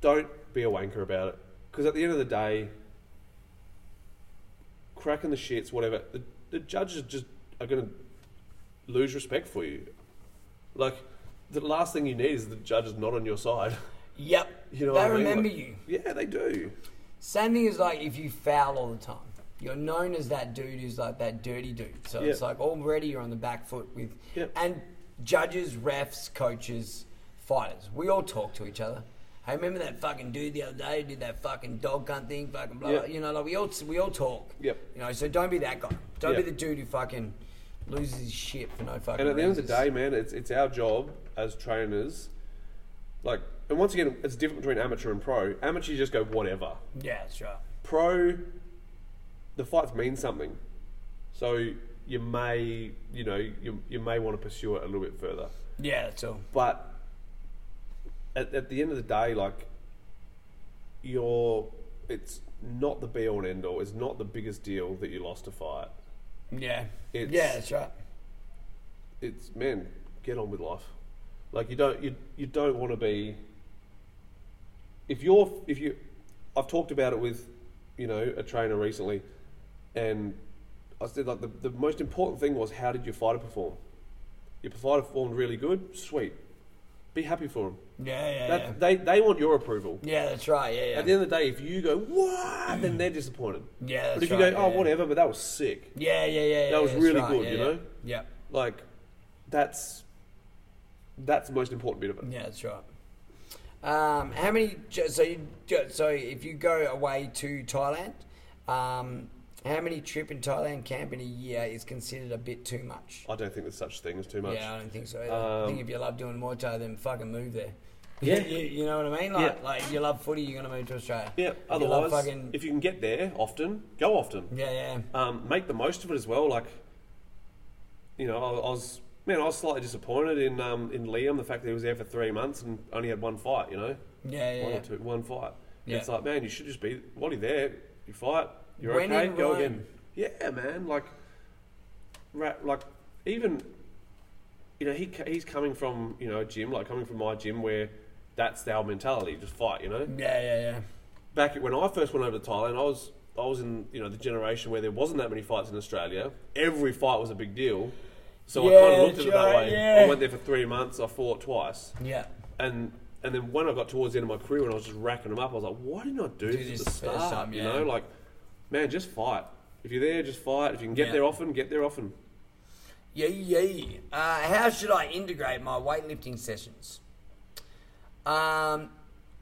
S3: don't be a wanker about it. Because at the end of the day, cracking the shits, whatever, the, the judges just are going to lose respect for you. Like, the last thing you need is the judges not on your side.
S1: Yep.
S3: You know
S1: they
S3: what I mean?
S1: remember
S3: Like,
S1: you.
S3: Yeah, they do.
S1: Same thing as like if you foul all the time. You're known as that dude who's like that dirty dude. So it's
S3: Yeah.
S1: like already you're on the back foot with
S3: Yeah.
S1: and judges, refs, coaches, fighters. We all talk to each other. Hey, remember that fucking dude the other day who did that fucking dog cunt thing, fucking blah,
S3: Yeah.
S1: blah. You know, like we all we all talk.
S3: Yep.
S1: You know, so don't be that guy. Don't be
S3: Yeah.
S1: the dude who fucking loses his shit for no fucking.
S3: And at the end of the
S1: reasons.
S3: day, man, it's it's our job as trainers. Like, and once again, it's different between amateur and pro. Amateur, you just go whatever.
S1: yeah, that's right.
S3: pro the fights mean something so you may you know you, you may want to pursue it a little bit further
S1: Yeah, that's all.
S3: but at, at the end of the day like you're it's not the be all and end all it's not the biggest deal that you lost a fight
S1: Yeah.
S3: It's-
S1: yeah, that's right.
S3: it's man get on with life Like you don't you you don't want to be. If you're if you, I've talked about it with, you know, a trainer recently, and I said like the, the most important thing was how did your fighter perform? Your fighter performed really good, sweet. Be happy for them.
S1: Yeah, yeah,
S3: That,
S1: yeah.
S3: They they want your approval.
S1: yeah, that's right. Yeah,
S3: At the
S1: yeah.
S3: end of the day, if you go what, then they're disappointed.
S1: Yeah, that's
S3: But if you
S1: right,
S3: go, oh
S1: yeah, yeah.
S3: whatever, but that was sick.
S1: Yeah, yeah, yeah. yeah,
S3: That was
S1: that's
S3: really
S1: right,
S3: good,
S1: yeah,
S3: you
S1: yeah.
S3: know?
S1: Yeah,
S3: Like, that's that's the most important bit of it.
S1: yeah, that's right. Um, how many? ju- So, you, ju- so if you go away to Thailand, um, how many trip in Thailand camp in a year is considered a bit too much?
S3: I don't think there's such thing as too much.
S1: Yeah, I don't think so. Either. I
S3: Um,
S1: think if you love doing Muay Thai, then fucking move there.
S3: Yeah.
S1: you, you know what I mean. Like,
S3: Yeah.
S1: like if you love footy, you're gonna move to Australia.
S3: Yeah,
S1: If you love
S3: otherwise,
S1: fucking,
S3: if you can get there often, go often.
S1: yeah, yeah,
S3: Um, make the most of it as well. Like, you know, I, I was man, I was slightly disappointed in um, in Liam the fact that he was there for three months and only had one fight. You know,
S1: yeah, yeah.
S3: one
S1: yeah.
S3: or two, one fight.
S1: Yeah.
S3: It's like, man, you should just be while you're there, you fight, you're
S1: When
S3: okay,
S1: in
S3: go
S1: Rome.
S3: again. Yeah, man, like, ra like even, you know, he ca- he's coming from you know a gym like coming from my gym where that's our mentality, just fight, you know.
S1: Yeah, yeah, yeah.
S3: Back when I first went over to Thailand, I was I was in you know the generation where there wasn't that many fights in Australia. Every fight was a big deal, so I kind
S1: Yeah,
S3: of looked at it that
S1: sure,
S3: way.
S1: yeah.
S3: I went there for three months. I fought twice
S1: Yeah.
S3: and and then when I got towards the end of my career, when I was just racking them up, I was like, why didn't I do,
S1: Do
S3: this
S1: this
S3: at the
S1: first
S3: start?
S1: time,
S3: You
S1: yeah.
S3: know, like, man, just fight. If you're there, just fight. If you can get
S1: Yeah.
S3: there often, get there often.
S1: Yeah, yeah. Uh, how should I integrate my weightlifting sessions? Um,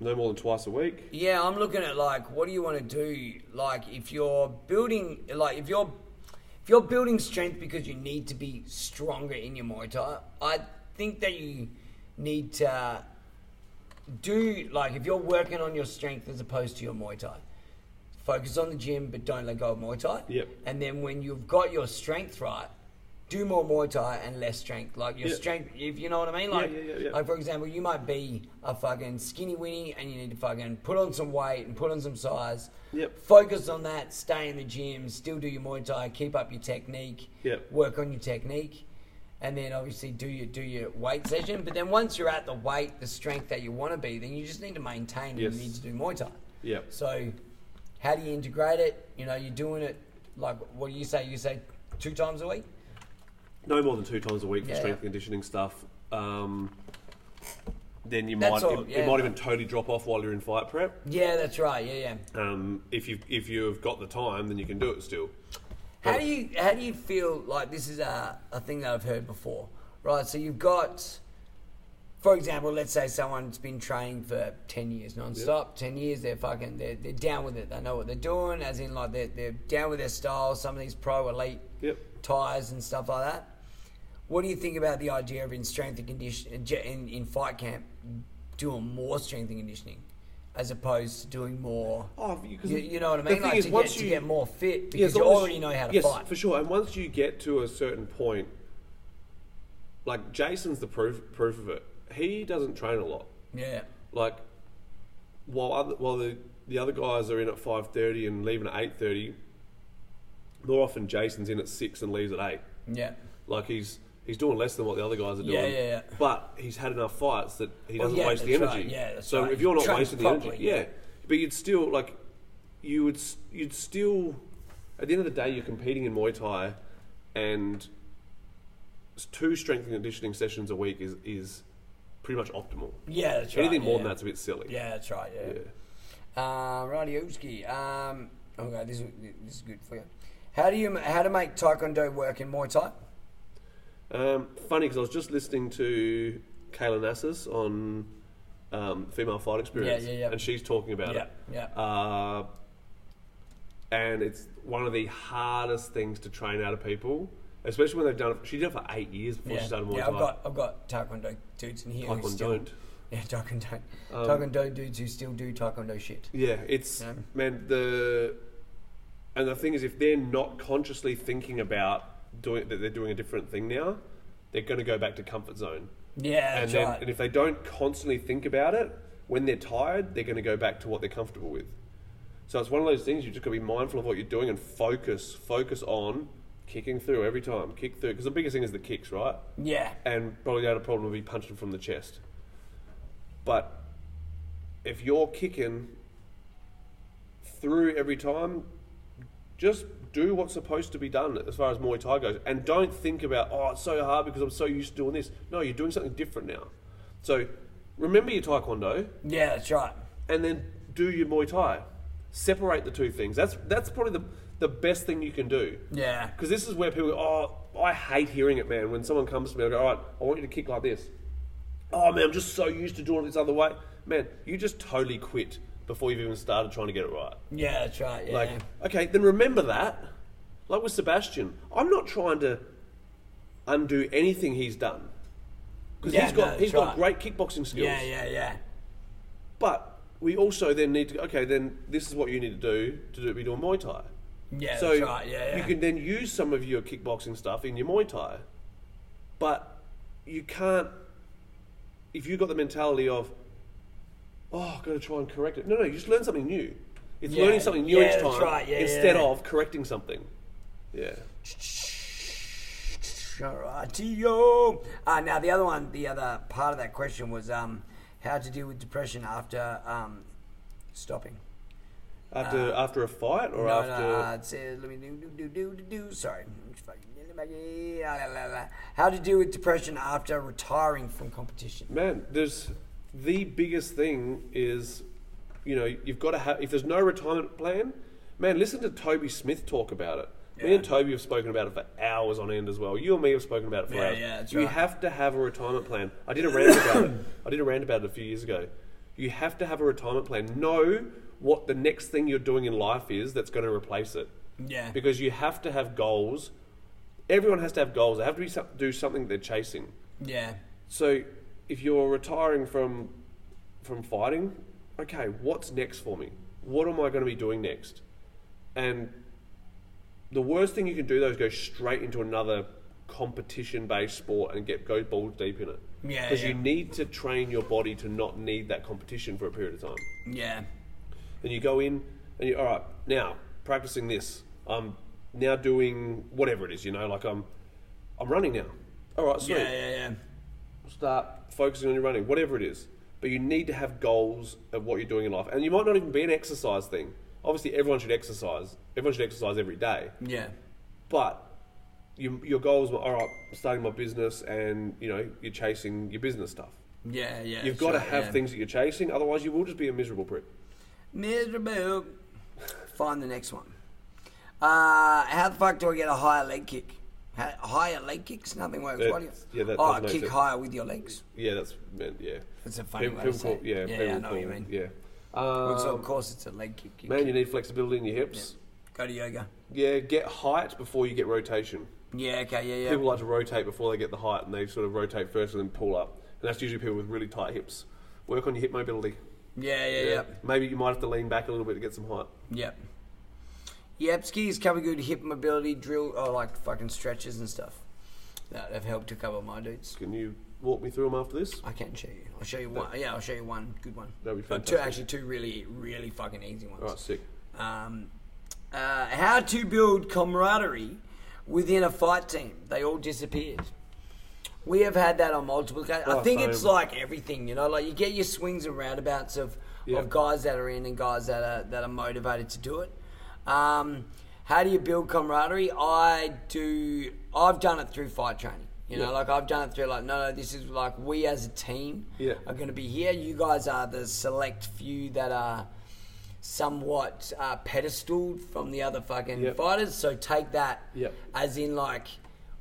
S3: No more than twice a week.
S1: yeah, I'm looking at like, what do you want to do? Like, if you're building, like, if you're if you're building strength because you need to be stronger in your Muay Thai, I think that you need to do like if you're working on your strength as opposed to your Muay Thai. Focus on the gym, but don't let go of Muay Thai.
S3: Yep.
S1: And then when you've got your strength right, do more Muay Thai and less strength. Like your
S3: Yeah.
S1: strength, if you know what I mean. Like,
S3: yeah, yeah, yeah.
S1: like for example, you might be a fucking skinny winny, and you need to fucking put on some weight and put on some size.
S3: Yep.
S1: Focus on that. Stay in the gym. Still do your Muay Thai. Keep up your technique.
S3: Yep.
S1: Work on your technique and then obviously do your do your weight session. But then once you're at the weight, the strength that you want to be, then you just need to maintain. and
S3: Yes.
S1: You need to do Muay Thai.
S3: Yep.
S1: So, how do you integrate it? You know, you're doing it like what do you say? You say two times a week.
S3: No more than two times a week for
S1: Yeah.
S3: strength and conditioning stuff. Um, then you
S1: That's
S3: might
S1: all,
S3: it,
S1: yeah.
S3: it might even totally drop off while you're in fight prep.
S1: Yeah, that's right. Yeah, yeah.
S3: Um, if you if you've got the time, then you can do it still.
S1: How do you how do you feel like this is a, a thing that I've heard before, right? So you've got, for example, let's say someone's been training for ten years non-stop. Ten years, they're fucking they're, they're down with it. They know what they're doing, as in like they're they're down with their style. Some of these pro elite
S3: Yep.
S1: tires and stuff like that. What do you think about the idea of in strength and condition in, in fight camp doing more strength and conditioning as opposed to doing more?
S3: Oh, because
S1: You, you know what I
S3: the
S1: mean?
S3: thing
S1: Like
S3: is,
S1: to, get,
S3: once
S1: to
S3: you-
S1: get more fit
S3: Yeah, as
S1: because you
S3: long as-
S1: already know how to
S3: yes,
S1: fight.
S3: for sure. And once you get to a certain point, like Jason's the proof proof of it. He doesn't train a lot.
S1: Yeah.
S3: Like while other, while the the other guys are in at five thirty and leaving at eight thirty, more often Jason's in at six and leaves at eight.
S1: Yeah.
S3: Like he's he's doing less than what the other guys are doing.
S1: Yeah, yeah, yeah.
S3: But he's had enough fights that he
S1: Well,
S3: doesn't
S1: yeah,
S3: waste the
S1: that's
S3: energy.
S1: right. Yeah, that's
S3: so
S1: right.
S3: if you're not
S1: Trains
S3: wasting the
S1: properly,
S3: energy,
S1: yeah.
S3: yeah. But you'd still like, you would s- you'd still, at the end of the day, you're competing in Muay Thai, and s- two strength and conditioning sessions a week is is pretty much optimal.
S1: Yeah, that's right.
S3: Anything more than
S1: yeah.
S3: that's a bit silly.
S1: Yeah, that's right. Yeah. Uh, Radyowski. Um, okay, this is, this is good for you. How do you how to make Taekwondo work in Muay Thai?
S3: Um, funny because I was just listening to Kayla Nassas on um, female fight experience,
S1: Yeah, yeah, yeah.
S3: and she's talking about
S1: Yeah,
S3: it.
S1: yeah.
S3: Uh, and it's one of the hardest things to train out of people, especially when they've done it. She did it for eight years before she
S1: yeah,
S3: started Muay
S1: yeah
S3: Thai.
S1: I've got I've got Taekwondo dudes in here. who
S3: Taekwondo. Um,
S1: still- Yeah, Taekwondo. taekwondo dudes who still do Taekwondo shit.
S3: Yeah, it's
S1: Yeah.
S3: man the, and the thing is, if they're not consciously thinking about doing that, they're doing a different thing now. They're going to go back to comfort zone.
S1: Yeah,
S3: and
S1: that's
S3: then
S1: right.
S3: and if they don't constantly think about it when they're tired they're going to go back to what they're comfortable with so it's one of those things you just got to be mindful of what you're doing and focus focus on kicking through every time, kick through. Because the biggest thing is the kicks, right?
S1: Yeah.
S3: And probably the other problem would be punching from the chest. But if you're kicking through every time, just do what's supposed to be done as far as Muay Thai goes, and don't think about oh it's so hard because I'm so used to doing this. No, you're doing something different now. So remember your Taekwondo,
S1: Yeah, that's right.
S3: and then do your Muay Thai. Separate the two things. That's that's probably the the best thing you can do.
S1: Yeah.
S3: Because this is where people go, oh, I hate hearing it, man. When someone comes to me, I go, all right, I want you to kick like this. Oh, man, I'm just so used to doing it this other way. Man, you just totally quit before you've even started trying to get it right.
S1: Yeah, that's right. Yeah.
S3: Like, okay, then remember that. Like with Sebastian, I'm not trying to undo anything he's done. Because
S1: Yeah,
S3: he's
S1: no,
S3: got
S1: that's
S3: he's got
S1: right.
S3: great kickboxing skills.
S1: yeah, yeah, yeah.
S3: But we also then need to okay, then this is what you need to do to do, be doing Muay Thai.
S1: Yeah,
S3: so
S1: that's right. Yeah, yeah.
S3: you can then use some of your kickboxing stuff in your Muay Thai, but you can't if you've got the mentality of oh, I've got to try and correct it. No, no, you just learn something new. It's
S1: Yeah,
S3: learning something new
S1: yeah,
S3: each
S1: that's
S3: time
S1: right, yeah,
S3: instead
S1: yeah.
S3: of correcting something. Yeah.
S1: Charatio. Uh, now the other one, the other part of that question was um, how to deal with depression after um, stopping.
S3: After after a fight or
S1: No, no,
S3: after
S1: uh, it's, uh, let me do, do, do, do, do, do. Sorry. Fucking- la, la, la, la. How to deal with depression after retiring from competition.
S3: Man, there's the biggest thing is, you know, you've got to have. If there's no retirement plan, man, listen to Toby Smith talk about it. Me and Toby have spoken about it for hours on end as well. You and me have spoken about it for
S1: Yeah,
S3: hours.
S1: yeah, that's
S3: you
S1: right.
S3: have to have a retirement plan. I did a rant about it. I did a rant about it a few years ago. You have to have a retirement plan. Know what the next thing you're doing in life is that's going to replace it
S1: Yeah.
S3: because you have to have goals. Everyone has to have goals. They have to be some, do something they're chasing.
S1: Yeah.
S3: So, if you're retiring from from fighting, okay, what's next for me? What am I going to be doing next? And the worst thing you can do though is go straight into another competition-based sport and get go balls deep in it.
S1: Yeah,
S3: because
S1: yeah.
S3: you need to train your body to not need that competition for a period of time.
S1: Yeah.
S3: Then you go in and you all right now practicing this. I'm now doing whatever it is, you know, like I'm I'm running now. All right, sweet
S1: Yeah, yeah, yeah.
S3: start focusing on your running, whatever it is. But you need to have goals of what you're doing in life. And you might not even be an exercise thing. Obviously, everyone should exercise. Everyone should exercise every day.
S1: Yeah.
S3: But you, your goals were, all right, I'm starting my business and, you know, you're chasing your business stuff.
S1: Yeah, yeah.
S3: You've got to
S1: sure,
S3: have
S1: yeah.
S3: things that you're chasing. Otherwise, you will just be a miserable prick.
S1: Miserable. Find the next one. Uh, how the fuck do I get a higher leg kick? Ha- higher leg kicks? Nothing works.
S3: That-
S1: what do you?
S3: yeah, that
S1: oh,
S3: doesn't make
S1: kick
S3: sense. Uh,
S1: higher with your legs.
S3: Yeah, that's, man, yeah.
S1: It's a funny
S3: People-
S1: way to
S3: people
S1: say it.
S3: call- Yeah,
S1: Yeah, yeah,
S3: people
S1: I know what you
S3: call-
S1: mean.
S3: Yeah.
S1: Well, so
S3: Um,
S1: of course, it's a leg kick. You
S3: man, you
S1: kick.
S3: need flexibility in your hips.
S1: Go to yoga.
S3: yeah, get height before you get rotation.
S1: Yeah, okay, yeah, yeah.
S3: People like to rotate before they get the height, and they sort of rotate first and then pull up. And that's usually people with really tight hips. Work on your hip mobility.
S1: yeah, yeah, yeah.
S3: Maybe you might have to lean back a little bit to get some height.
S1: Yep. Yep, skis cover good hip mobility drill, or like fucking stretches and stuff. That have helped a couple of my dudes.
S3: Can you walk me through them after this?
S1: I can show you. I'll show you one. Yeah, I'll show you one good one.
S3: That'd be
S1: Uh,
S3: fantastic.
S1: Two, actually, two really, really fucking easy ones.
S3: All right, sick.
S1: Um, uh, how to build camaraderie within a fight team. They all disappeared. We have had that on multiple occasions. I
S3: Oh,
S1: think
S3: same.
S1: it's like everything, you know, like you get your swings and roundabouts of,
S3: Yeah.
S1: of guys that are in and guys that are that are motivated to do it. Um, how do you build camaraderie? I do. I've done it through fight training. You know,
S3: Yeah.
S1: like I've done it through like no, no. This is like we as a team
S3: Yeah.
S1: are going to be here. You guys are the select few that are somewhat uh, pedestaled from the other fucking
S3: Yep.
S1: fighters. So take that
S3: Yep.
S1: as in like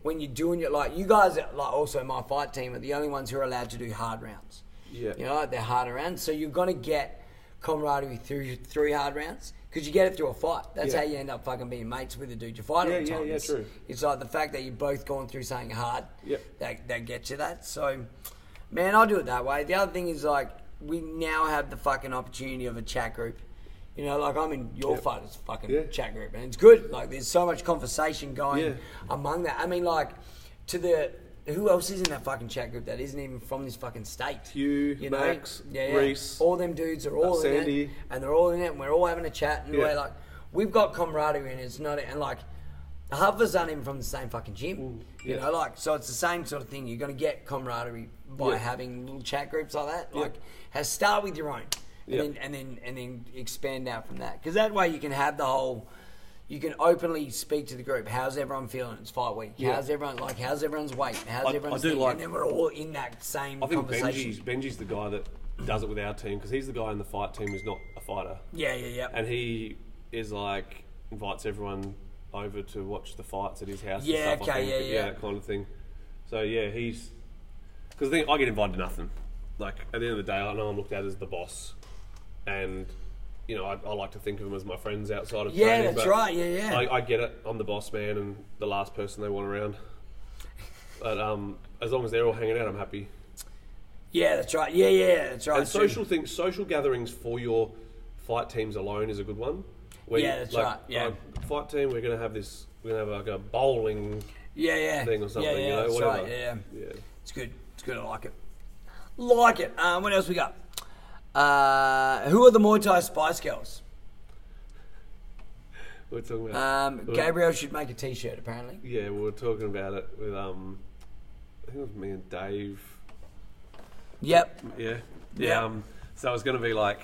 S1: when you're doing it. Like you guys, are, like also my fight team are the only ones who are allowed to do hard rounds.
S3: Yeah.
S1: you know like, they're harder rounds. So you're gonna get camaraderie through three hard rounds because you get it through a fight. That's
S3: Yeah.
S1: how you end up fucking being mates with the dude you fight
S3: Yeah,
S1: all the
S3: yeah,
S1: time.
S3: yeah,
S1: It's-
S3: true.
S1: It's like the fact that you've both gone through something hard.
S3: Yep.
S1: That that gets you that. So, man, I do it that way. The other thing is like we now have the fucking opportunity of a chat group. You know, like I'm in your
S3: Yep.
S1: fighters fucking
S3: Yeah.
S1: chat group, and it's good. Like there's so much conversation going
S3: Yeah.
S1: among that. I mean, like to the who else is in that fucking chat group that isn't even from this fucking state?
S3: Hugh, Max, Reece.
S1: all them dudes are all in it,
S3: Sandy.
S1: and they're all in it, and we're all having a chat, and
S3: Yeah.
S1: we're like, we've got camaraderie, and it's not, and like, Huffer's done him from the same fucking gym. You
S3: yeah.
S1: know, like so it's the same sort of thing. You're gonna get camaraderie by
S3: Yeah.
S1: having little chat groups like that.
S3: Yeah.
S1: Like, has start with your own, and
S3: Yeah.
S1: then and then and then expand out from that. Because that way you can have the whole. You can openly speak to the group. How's everyone feeling? It's fight week.
S3: Yeah.
S1: How's everyone like? How's everyone's weight? How's
S3: I- I
S1: everyone's?
S3: do
S1: thing?
S3: like-
S1: And then we're all in that same
S3: I think
S1: conversation.
S3: Benji's, Benji's the guy that does it with our team because he's the guy in the fight team who's not a fighter.
S1: Yeah, yeah, yeah.
S3: And he is like, invites everyone over to watch the fights at his house.
S1: Yeah,
S3: and stuff, I
S1: okay,
S3: think.
S1: yeah, yeah.
S3: That kind of thing. So, yeah, he's. Because the thing, I get invited to nothing. Like, at the end of the day, I know I'm looked at as the boss. And, you know, I, I like to think of them as my friends outside of
S1: Yeah,
S3: training.
S1: that's
S3: but
S1: right, yeah, yeah.
S3: I, I get it. I'm the boss man and the last person they want around. But um, as long as they're all hanging out, I'm happy.
S1: yeah, that's right. Yeah, yeah, that's right.
S3: And
S1: True.
S3: social things, social gatherings for your fight teams alone is a good one. Where
S1: Yeah, that's right, yeah.
S3: like, "Oh, fight team, we're gonna have this. We're gonna have like a bowling
S1: Yeah, yeah.
S3: thing or something.
S1: Yeah, yeah,
S3: you know,
S1: that's
S3: whatever.
S1: right. Yeah, yeah.
S3: yeah.
S1: it's good. It's good. I like it. Like it. Um, what else we got? Uh, who are the Muay Thai Spice Girls?
S3: We We're talking about.
S1: Um,
S3: we-
S1: Gabriel should make a T-shirt apparently.
S3: Yeah, we were talking about it with um, I think it was me and Dave.
S1: Yep.
S3: Yeah, yeah.
S1: Yeah.
S3: Um, so it was gonna be like.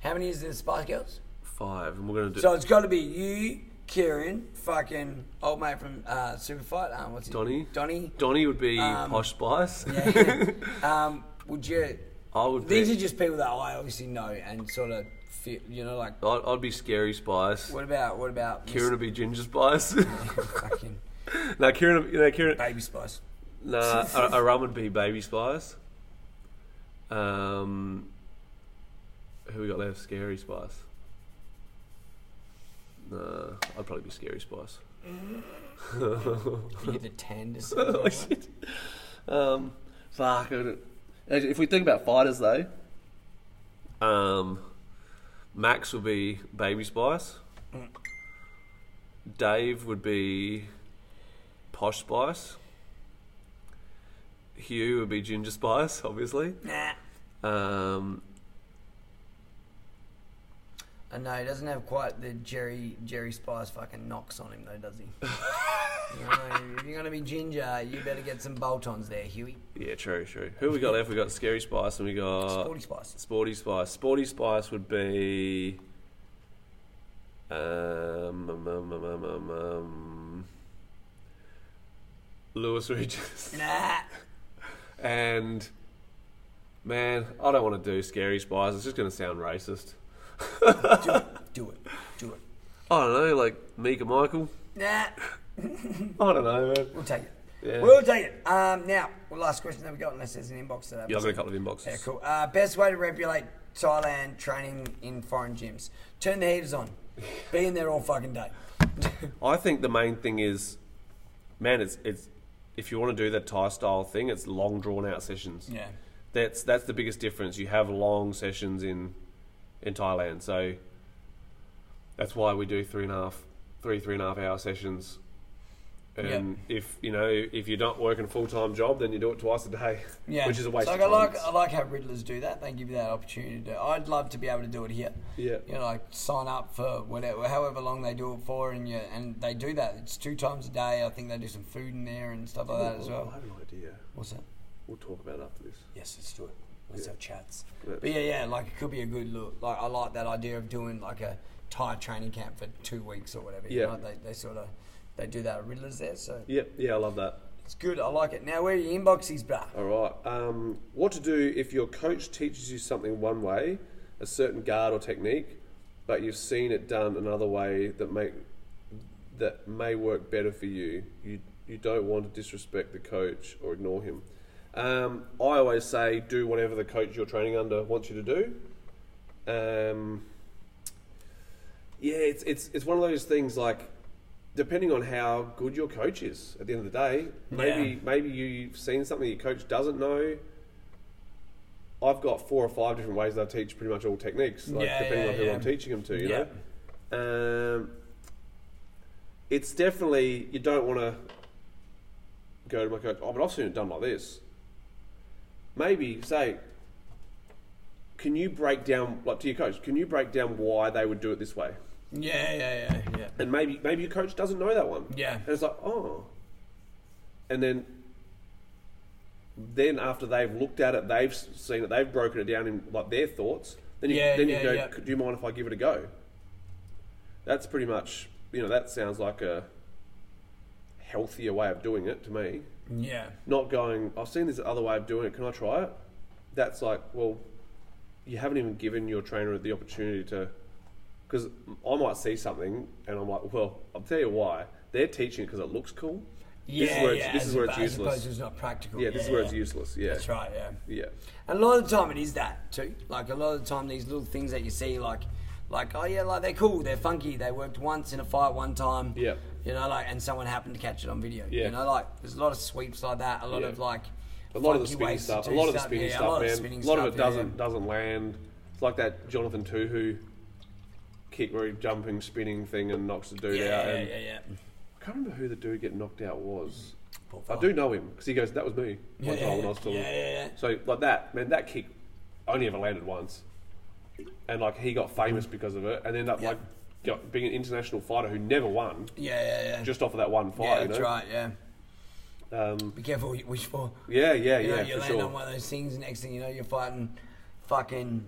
S1: How many is in the Spice Girls?
S3: Five, and we're gonna do
S1: So it's got to be you, Kieran, fucking old mate from uh, Superfight. Um, what's his
S3: Donny.
S1: Donny.
S3: Donnie would be
S1: Um,
S3: posh spice.
S1: Yeah. um, would you?
S3: I would
S1: These are
S3: be.
S1: just people that I obviously know and sort of feel, you know, like.
S3: I'd, I'd be scary spice.
S1: What about what about
S3: Kieran would be ginger spice.
S1: fucking
S3: no, Kieran. No, Kieran.
S1: baby spice?
S3: Nah, a, a rum would be Baby Spice. Um, who we got left? Scary Spice. Nah, I'd probably be Scary Spice.
S1: You the ten to
S3: oh shit. Um, fuck. I don't- If we think about fighters though, um, Max would be Baby Spice. Dave would be Posh Spice. Hugh would be Ginger Spice, obviously.
S1: Nah.
S3: Um,
S1: I know Uh, he doesn't have quite the Jerry Jerry Spice fucking knocks on him though, does he? you know, if you're gonna be ginger, you better get some bolt-ons there, Huey.
S3: yeah, true, true. Who we got left? We got Scary Spice and we got
S1: Sporty Spice.
S3: Sporty Spice. Sporty Spice would be. Um, um, um, um, um, um, um, Lewis Regis.
S1: Nah.
S3: And. Man, I don't want to do Scary Spice. It's just going to sound racist.
S1: Do it. Do it. Do it.
S3: I don't know, like Mika Michael.
S1: Nah.
S3: I don't know, man.
S1: We'll take it.
S3: Yeah.
S1: We'll take it. Um, now, well, last question that we got, unless there's an inbox to that.
S3: Yeah, I've got a couple of inboxes.
S1: Yeah, cool. Uh, best way to regulate Thailand training in foreign gyms: turn the heaters on. Be in there all fucking day.
S3: I think the main thing is, man, it's it's if you want to do that Thai style thing, it's long drawn out sessions.
S1: Yeah.
S3: that's that's the biggest difference. You have long sessions in in Thailand, so that's why we do three and a half, three three and a half hour sessions. And if you know if you're not working a full time job, then you do it twice a day,
S1: Yeah,
S3: which is a waste
S1: So
S3: of
S1: I
S3: time.
S1: like I like how Riddlers do that. They give you that opportunity to. I'd love to be able to do it here.
S3: Yeah.
S1: you know, like sign up for whatever, however long they do it for, and you and they do that. It's two times a day. I think they do some food in there and stuff like that as
S3: I
S1: well.
S3: have an idea.
S1: What's that?
S3: We'll talk about it after this.
S1: Yes, let's do it. Let's have chats.
S3: Let's-
S1: But yeah, yeah, like it could be a good look. Like I like that idea of doing like a Thai training camp for two weeks or whatever. you
S3: Yeah.
S1: know? they they sort of they do that at Riddlers there, so
S3: Yeah, yeah, I love that.
S1: it's good. I like it. Now where are your inboxes, bruh?
S3: All right. Um, what to do if your coach teaches you something one way, a certain guard or technique, but you've seen it done another way that may that may work better for you. You you don't want to disrespect the coach or ignore him. Um, I always say do whatever the coach you're training under wants you to do. Um, yeah, it's it's it's one of those things like depending on how good your coach is at the end of the day, maybe
S1: Yeah.
S3: maybe you've seen something your coach doesn't know. I've got four or five different ways that I teach pretty much all techniques, like
S1: Yeah,
S3: depending
S1: yeah,
S3: on who
S1: yeah.
S3: I'm teaching them to, you know. Um, it's definitely you don't want to go to my coach. Oh, but I've seen it done like this. Maybe say, can you break down like to your coach? Can you break down why they would do it this way?
S1: Yeah, yeah, yeah, yeah.
S3: And maybe maybe your coach doesn't know that one.
S1: Yeah.
S3: And it's like oh, and then then after they've looked at it, they've s- seen it, they've broken it down in like their thoughts. Then you
S1: Yeah,
S3: then
S1: yeah,
S3: you go,
S1: yeah.
S3: do you mind if I give it a go? That's pretty much you know that sounds like a healthier way of doing it to me
S1: Yeah.
S3: not going, I've seen this other way of doing it, can I try it? That's like, well, you haven't even given your trainer the opportunity to. Because I might see something and I'm like, well, I'll tell you why. They're teaching it because it looks cool.
S1: Yeah,
S3: this is where it's,
S1: yeah,
S3: this
S1: as
S3: is where
S1: oppo- as
S3: it's
S1: opposed
S3: useless.
S1: to it's not practical.
S3: yeah, this is where it's useless. Yeah.
S1: That's right, yeah.
S3: Yeah.
S1: And a lot of the time it is that too. Like a lot of the time these little things that you see like like oh yeah, like they're cool, they're funky, they worked once in a fight one time.
S3: Yeah.
S1: You know, like and someone happened to catch it on video.
S3: Yeah.
S1: You know, like there's a lot of sweeps like that, a lot
S3: Yeah.
S1: of like
S3: A lot of the
S1: funky
S3: spinning
S1: ways to
S3: stuff. A
S1: do
S3: lot of the spinning
S1: yeah,
S3: stuff,
S1: lot of
S3: man.
S1: the
S3: A
S1: spinning
S3: lot
S1: stuff,
S3: of it
S1: yeah,
S3: doesn't doesn't land. It's like that Jonathan Tuhu kick where he jumping, spinning thing and knocks the dude
S1: Yeah,
S3: out.
S1: yeah,
S3: and
S1: yeah, yeah.
S3: I can't remember who the dude getting knocked out was.
S1: Poor
S3: I
S1: fella.
S3: do know him because he goes, "That was me." One
S1: Yeah,
S3: time when I was talking.
S1: yeah, yeah, yeah.
S3: So like that, man, that kick only ever landed once, and like he got famous because of it, and ended up
S1: Yeah.
S3: like got, being an international fighter who never won
S1: Yeah, yeah, yeah.
S3: just off of that one fight.
S1: yeah,
S3: you
S1: that's
S3: know?
S1: right, yeah.
S3: Um,
S1: Be careful what you wish for.
S3: yeah, yeah,
S1: You know,
S3: yeah,
S1: you
S3: for
S1: land
S3: sure.
S1: on one of those things, next thing you know, you're fighting fucking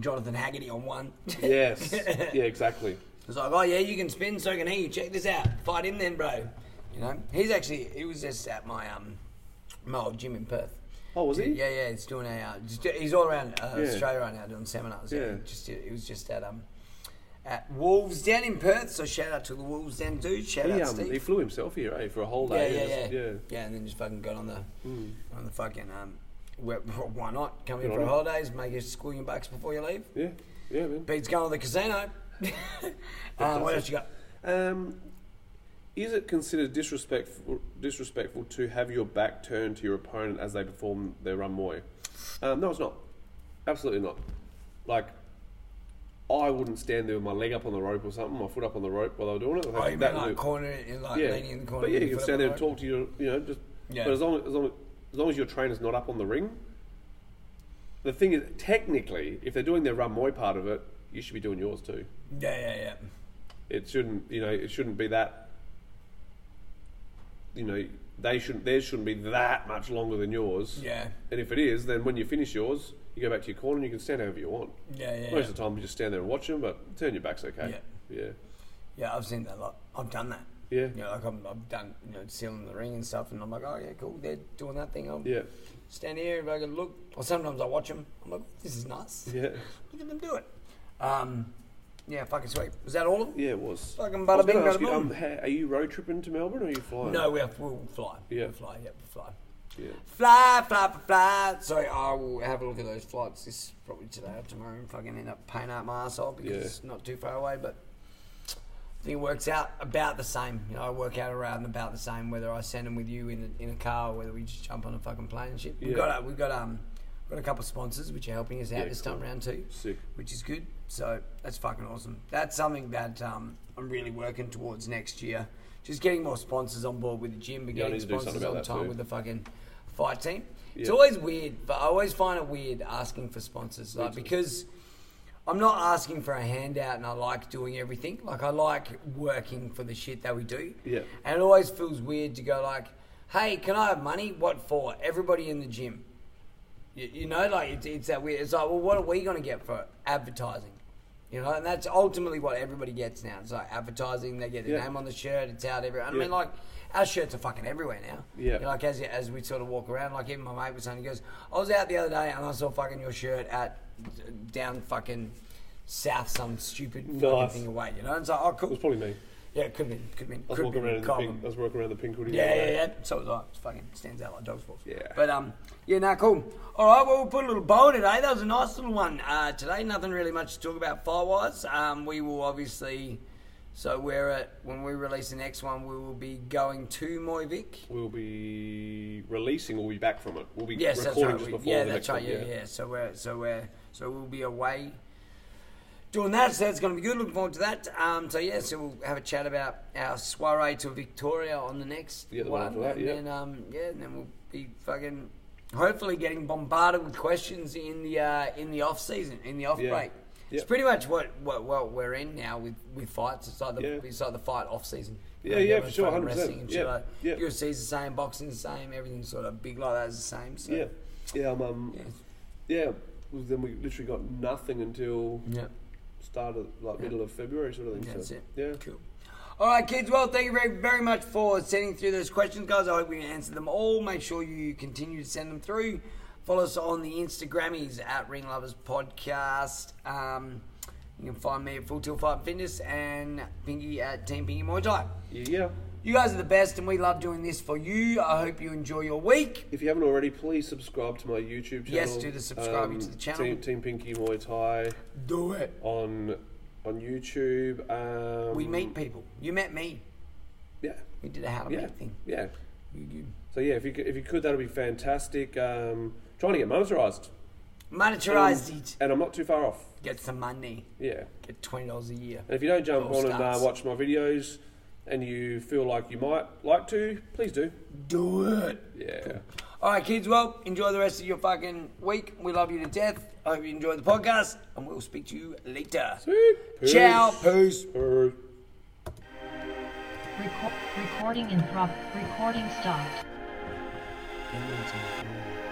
S1: Jonathan Haggerty on one.
S3: Yes, yeah, exactly.
S1: It's like, oh yeah, you can spin, so can he. Check this out. Fight him then, bro. You know, he's actually he was just at my um my old gym in Perth.
S3: Oh, was he?
S1: Yeah, yeah. He's doing a uh, just, he's all around uh,
S3: Yeah.
S1: Australia right now doing seminars. Yeah.
S3: Yeah.
S1: Just it was just at um at Wolves Den in Perth. So shout out to the Wolves Den dude. Shout
S3: He,
S1: out
S3: um,
S1: Steve.
S3: he flew himself here, eh, for a whole
S1: yeah,
S3: day.
S1: yeah,
S3: and just-
S1: yeah, yeah. and then just fucking got on the on the fucking um. wh- wh- Why not come in
S3: Good
S1: for
S3: on him.
S1: holidays? Make a squillion bucks before you leave.
S3: yeah, yeah, yeah, man.
S1: Beats going to the casino. um, what else you got?
S3: Um, is it considered disrespectful disrespectful to have your back turned to your opponent as they perform their run moi? Um, no, it's not. Absolutely not. Like, I wouldn't stand there with my leg up on the rope or something, my foot up on the rope while they were doing it. I think
S1: Oh, you mean
S3: that
S1: like
S3: loop-
S1: corner, in, like
S3: yeah.
S1: leaning in the corner.
S3: but yeah,
S1: with your
S3: you can
S1: foot
S3: stand there
S1: up
S3: and talk to your, you know, just.
S1: Yeah.
S3: But as long as, long as long as your trainer's not up on the ring, the thing is, technically, if they're doing their run moi part of it, you should be doing yours too
S1: the rope. Yeah, yeah, yeah.
S3: it shouldn't you know it shouldn't be that you know they shouldn't theirs shouldn't be that much longer than yours
S1: Yeah.
S3: and if it is then when you finish yours you go back to your corner and you can stand however you want
S1: Yeah, yeah,
S3: most
S1: yeah.
S3: of the time you just stand there and watch them but turn your back's okay yeah yeah
S1: Yeah, I've seen that a lot. I've done that.
S3: Yeah.
S1: You know, like I'm, I've done, you know, sealing the ring and stuff, and I'm like, oh, yeah, cool, they're doing that thing. I'll
S3: yeah
S1: stand here if I can look. Or sometimes I watch them. I'm like, this is nice.
S3: yeah,
S1: Look at them do it. Um, yeah, fucking sweet. Was that all of them?
S3: Yeah, it was
S1: Fucking
S3: I was
S1: bada bing,
S3: gonna ask
S1: bada
S3: you,
S1: boom.
S3: um, ha- are you road tripping to melbourne or are you flying
S1: No, we have, we'll fly.
S3: Yeah.
S1: We'll fly, yeah, we'll fly.
S3: yeah
S1: Fly, fly, fly, fly. Sorry, I will have a look at those flights this probably today or tomorrow and fucking end up paying out my asshole because
S3: Yeah.
S1: it's not too far away. But I think it works out about the same. You know, I work out around about the same whether I send them with you in the, in a car or whether we just jump on a fucking plane and shit. We've
S3: Yeah.
S1: got a, we've got um we've got a couple of sponsors which are helping us out
S3: Yeah,
S1: this
S3: cool.
S1: time round too,
S3: sick
S1: which is good. So that's fucking awesome. That's something that um, I'm really working towards next year. Just getting more sponsors on board with the gym and
S3: Yeah, I
S1: getting
S3: need to do something
S1: sponsors
S3: about
S1: on
S3: that
S1: time
S3: too.
S1: with the fucking fight team. It's
S3: Yeah.
S1: always weird, but I always find it weird asking for sponsors, like because I'm not asking for a handout, and I like doing everything. Like I like working for the shit that we do.
S3: Yeah.
S1: and it always feels weird to go like, "Hey, can I have money? What for? Everybody in the gym." You, you know, like it's, it's that weird. It's like, well, what are we going to get for it? advertising? You know, and that's ultimately what everybody gets now. It's like advertising. They get their
S3: Yeah.
S1: name on the shirt. It's out everywhere. I
S3: Yeah.
S1: mean, like our shirts are fucking everywhere now.
S3: Yeah.
S1: You know, like as as we sort of walk around, like even my mate was saying, he goes, "I was out the other day and I saw fucking your shirt at down fucking south, some stupid fucking
S3: Nice.
S1: thing away." You know, and it's like, "Oh,
S3: it was
S1: cool."
S3: probably me
S1: Yeah, it could be, could be,
S3: i was
S1: could
S3: walking
S1: be
S3: around in the
S1: Carlton.
S3: pink i was walking around the pink hoodie the
S1: Yeah,
S3: other
S1: yeah,
S3: day.
S1: yeah. So was I. It fucking stands out like dog's balls.
S3: Yeah.
S1: But um, yeah, nah, cool. All right, well, we'll put a little bow today. That was a nice little one uh, today. Nothing really much to talk about fire-wise. Um, we will obviously. So we're at when we release the next one, we will be going to Moivik.
S3: we'll be releasing we'll be back from it we'll be
S1: Yes, that's
S3: recording
S1: right.
S3: just
S1: We-
S3: before
S1: yeah,
S3: the
S1: that's
S3: next
S1: right.
S3: one,
S1: Yeah, yeah. So we're so we're so we'll be away doing that. So that's going to be good. Looking forward to that. Um, so yeah, so we'll have a chat about our soiree to Victoria on the next
S3: Yeah, the one
S1: one,
S3: after that,
S1: and
S3: yeah.
S1: then um, yeah, and then we'll be fucking hopefully getting bombarded with questions in the uh, in the off season, in the off
S3: Yeah.
S1: break.
S3: Yeah.
S1: It's pretty much what, what what we're in now with, with fights. It's like the
S3: Yeah.
S1: it's like the fight off season.
S3: Yeah, yeah,
S1: everyone's
S3: for sure,
S1: fucking
S3: 100%.
S1: wrestling and shit
S3: Yeah,
S1: like-
S3: yeah.
S1: UFC's the same, boxing's the same, everything's sort of big like that's the same. So
S3: Yeah, yeah, um, um,
S1: yeah,
S3: yeah. Well, Then we literally got nothing until
S1: yeah.
S3: start of like middle of February sort of thing.
S1: That's
S3: so,
S1: it.
S3: Yeah.
S1: Cool. All right, kids. Well, thank you very, very much for sending through those questions, guys. I hope we answered them all. Make sure you continue to send them through. Follow us on the Instagrammies at Ring Lovers Podcast. Um, you can find me at Full Till Fight and Fitness and Pinky at Team Pinky Muay Thai.
S3: Yeah, yeah.
S1: You guys are the best, and we love doing this for you. I hope you enjoy your week.
S3: If you haven't already, please subscribe to my YouTube channel. Um,
S1: Yes, do the subscribe to the channel.
S3: Team, Team Pinky Muay Thai
S1: Do it.
S3: on on YouTube. Um,
S1: We meet people. You met me.
S3: Yeah,
S1: We did a how to
S3: yeah,
S1: meet thing.
S3: yeah.
S1: You, you
S3: So yeah, if you could, if you could, that'd be fantastic. Um, trying to get monetized,
S1: monetized it.
S3: and I'm not too far off.
S1: Get some money.
S3: Yeah.
S1: Get twenty dollars a year.
S3: And if you don't jump
S1: Little
S3: on and uh,
S1: stars.
S3: watch my videos, and you feel like you might like to, please do.
S1: Do it.
S3: Yeah.
S1: All right, kids. Well, enjoy the rest of your fucking week. We love you to death. I hope you enjoy the podcast, and we'll speak to you later.
S3: Sweet.
S1: Ciao.
S3: Peace. Peace.
S4: Reco- recording in prop. Recording stopped.
S1: Peace.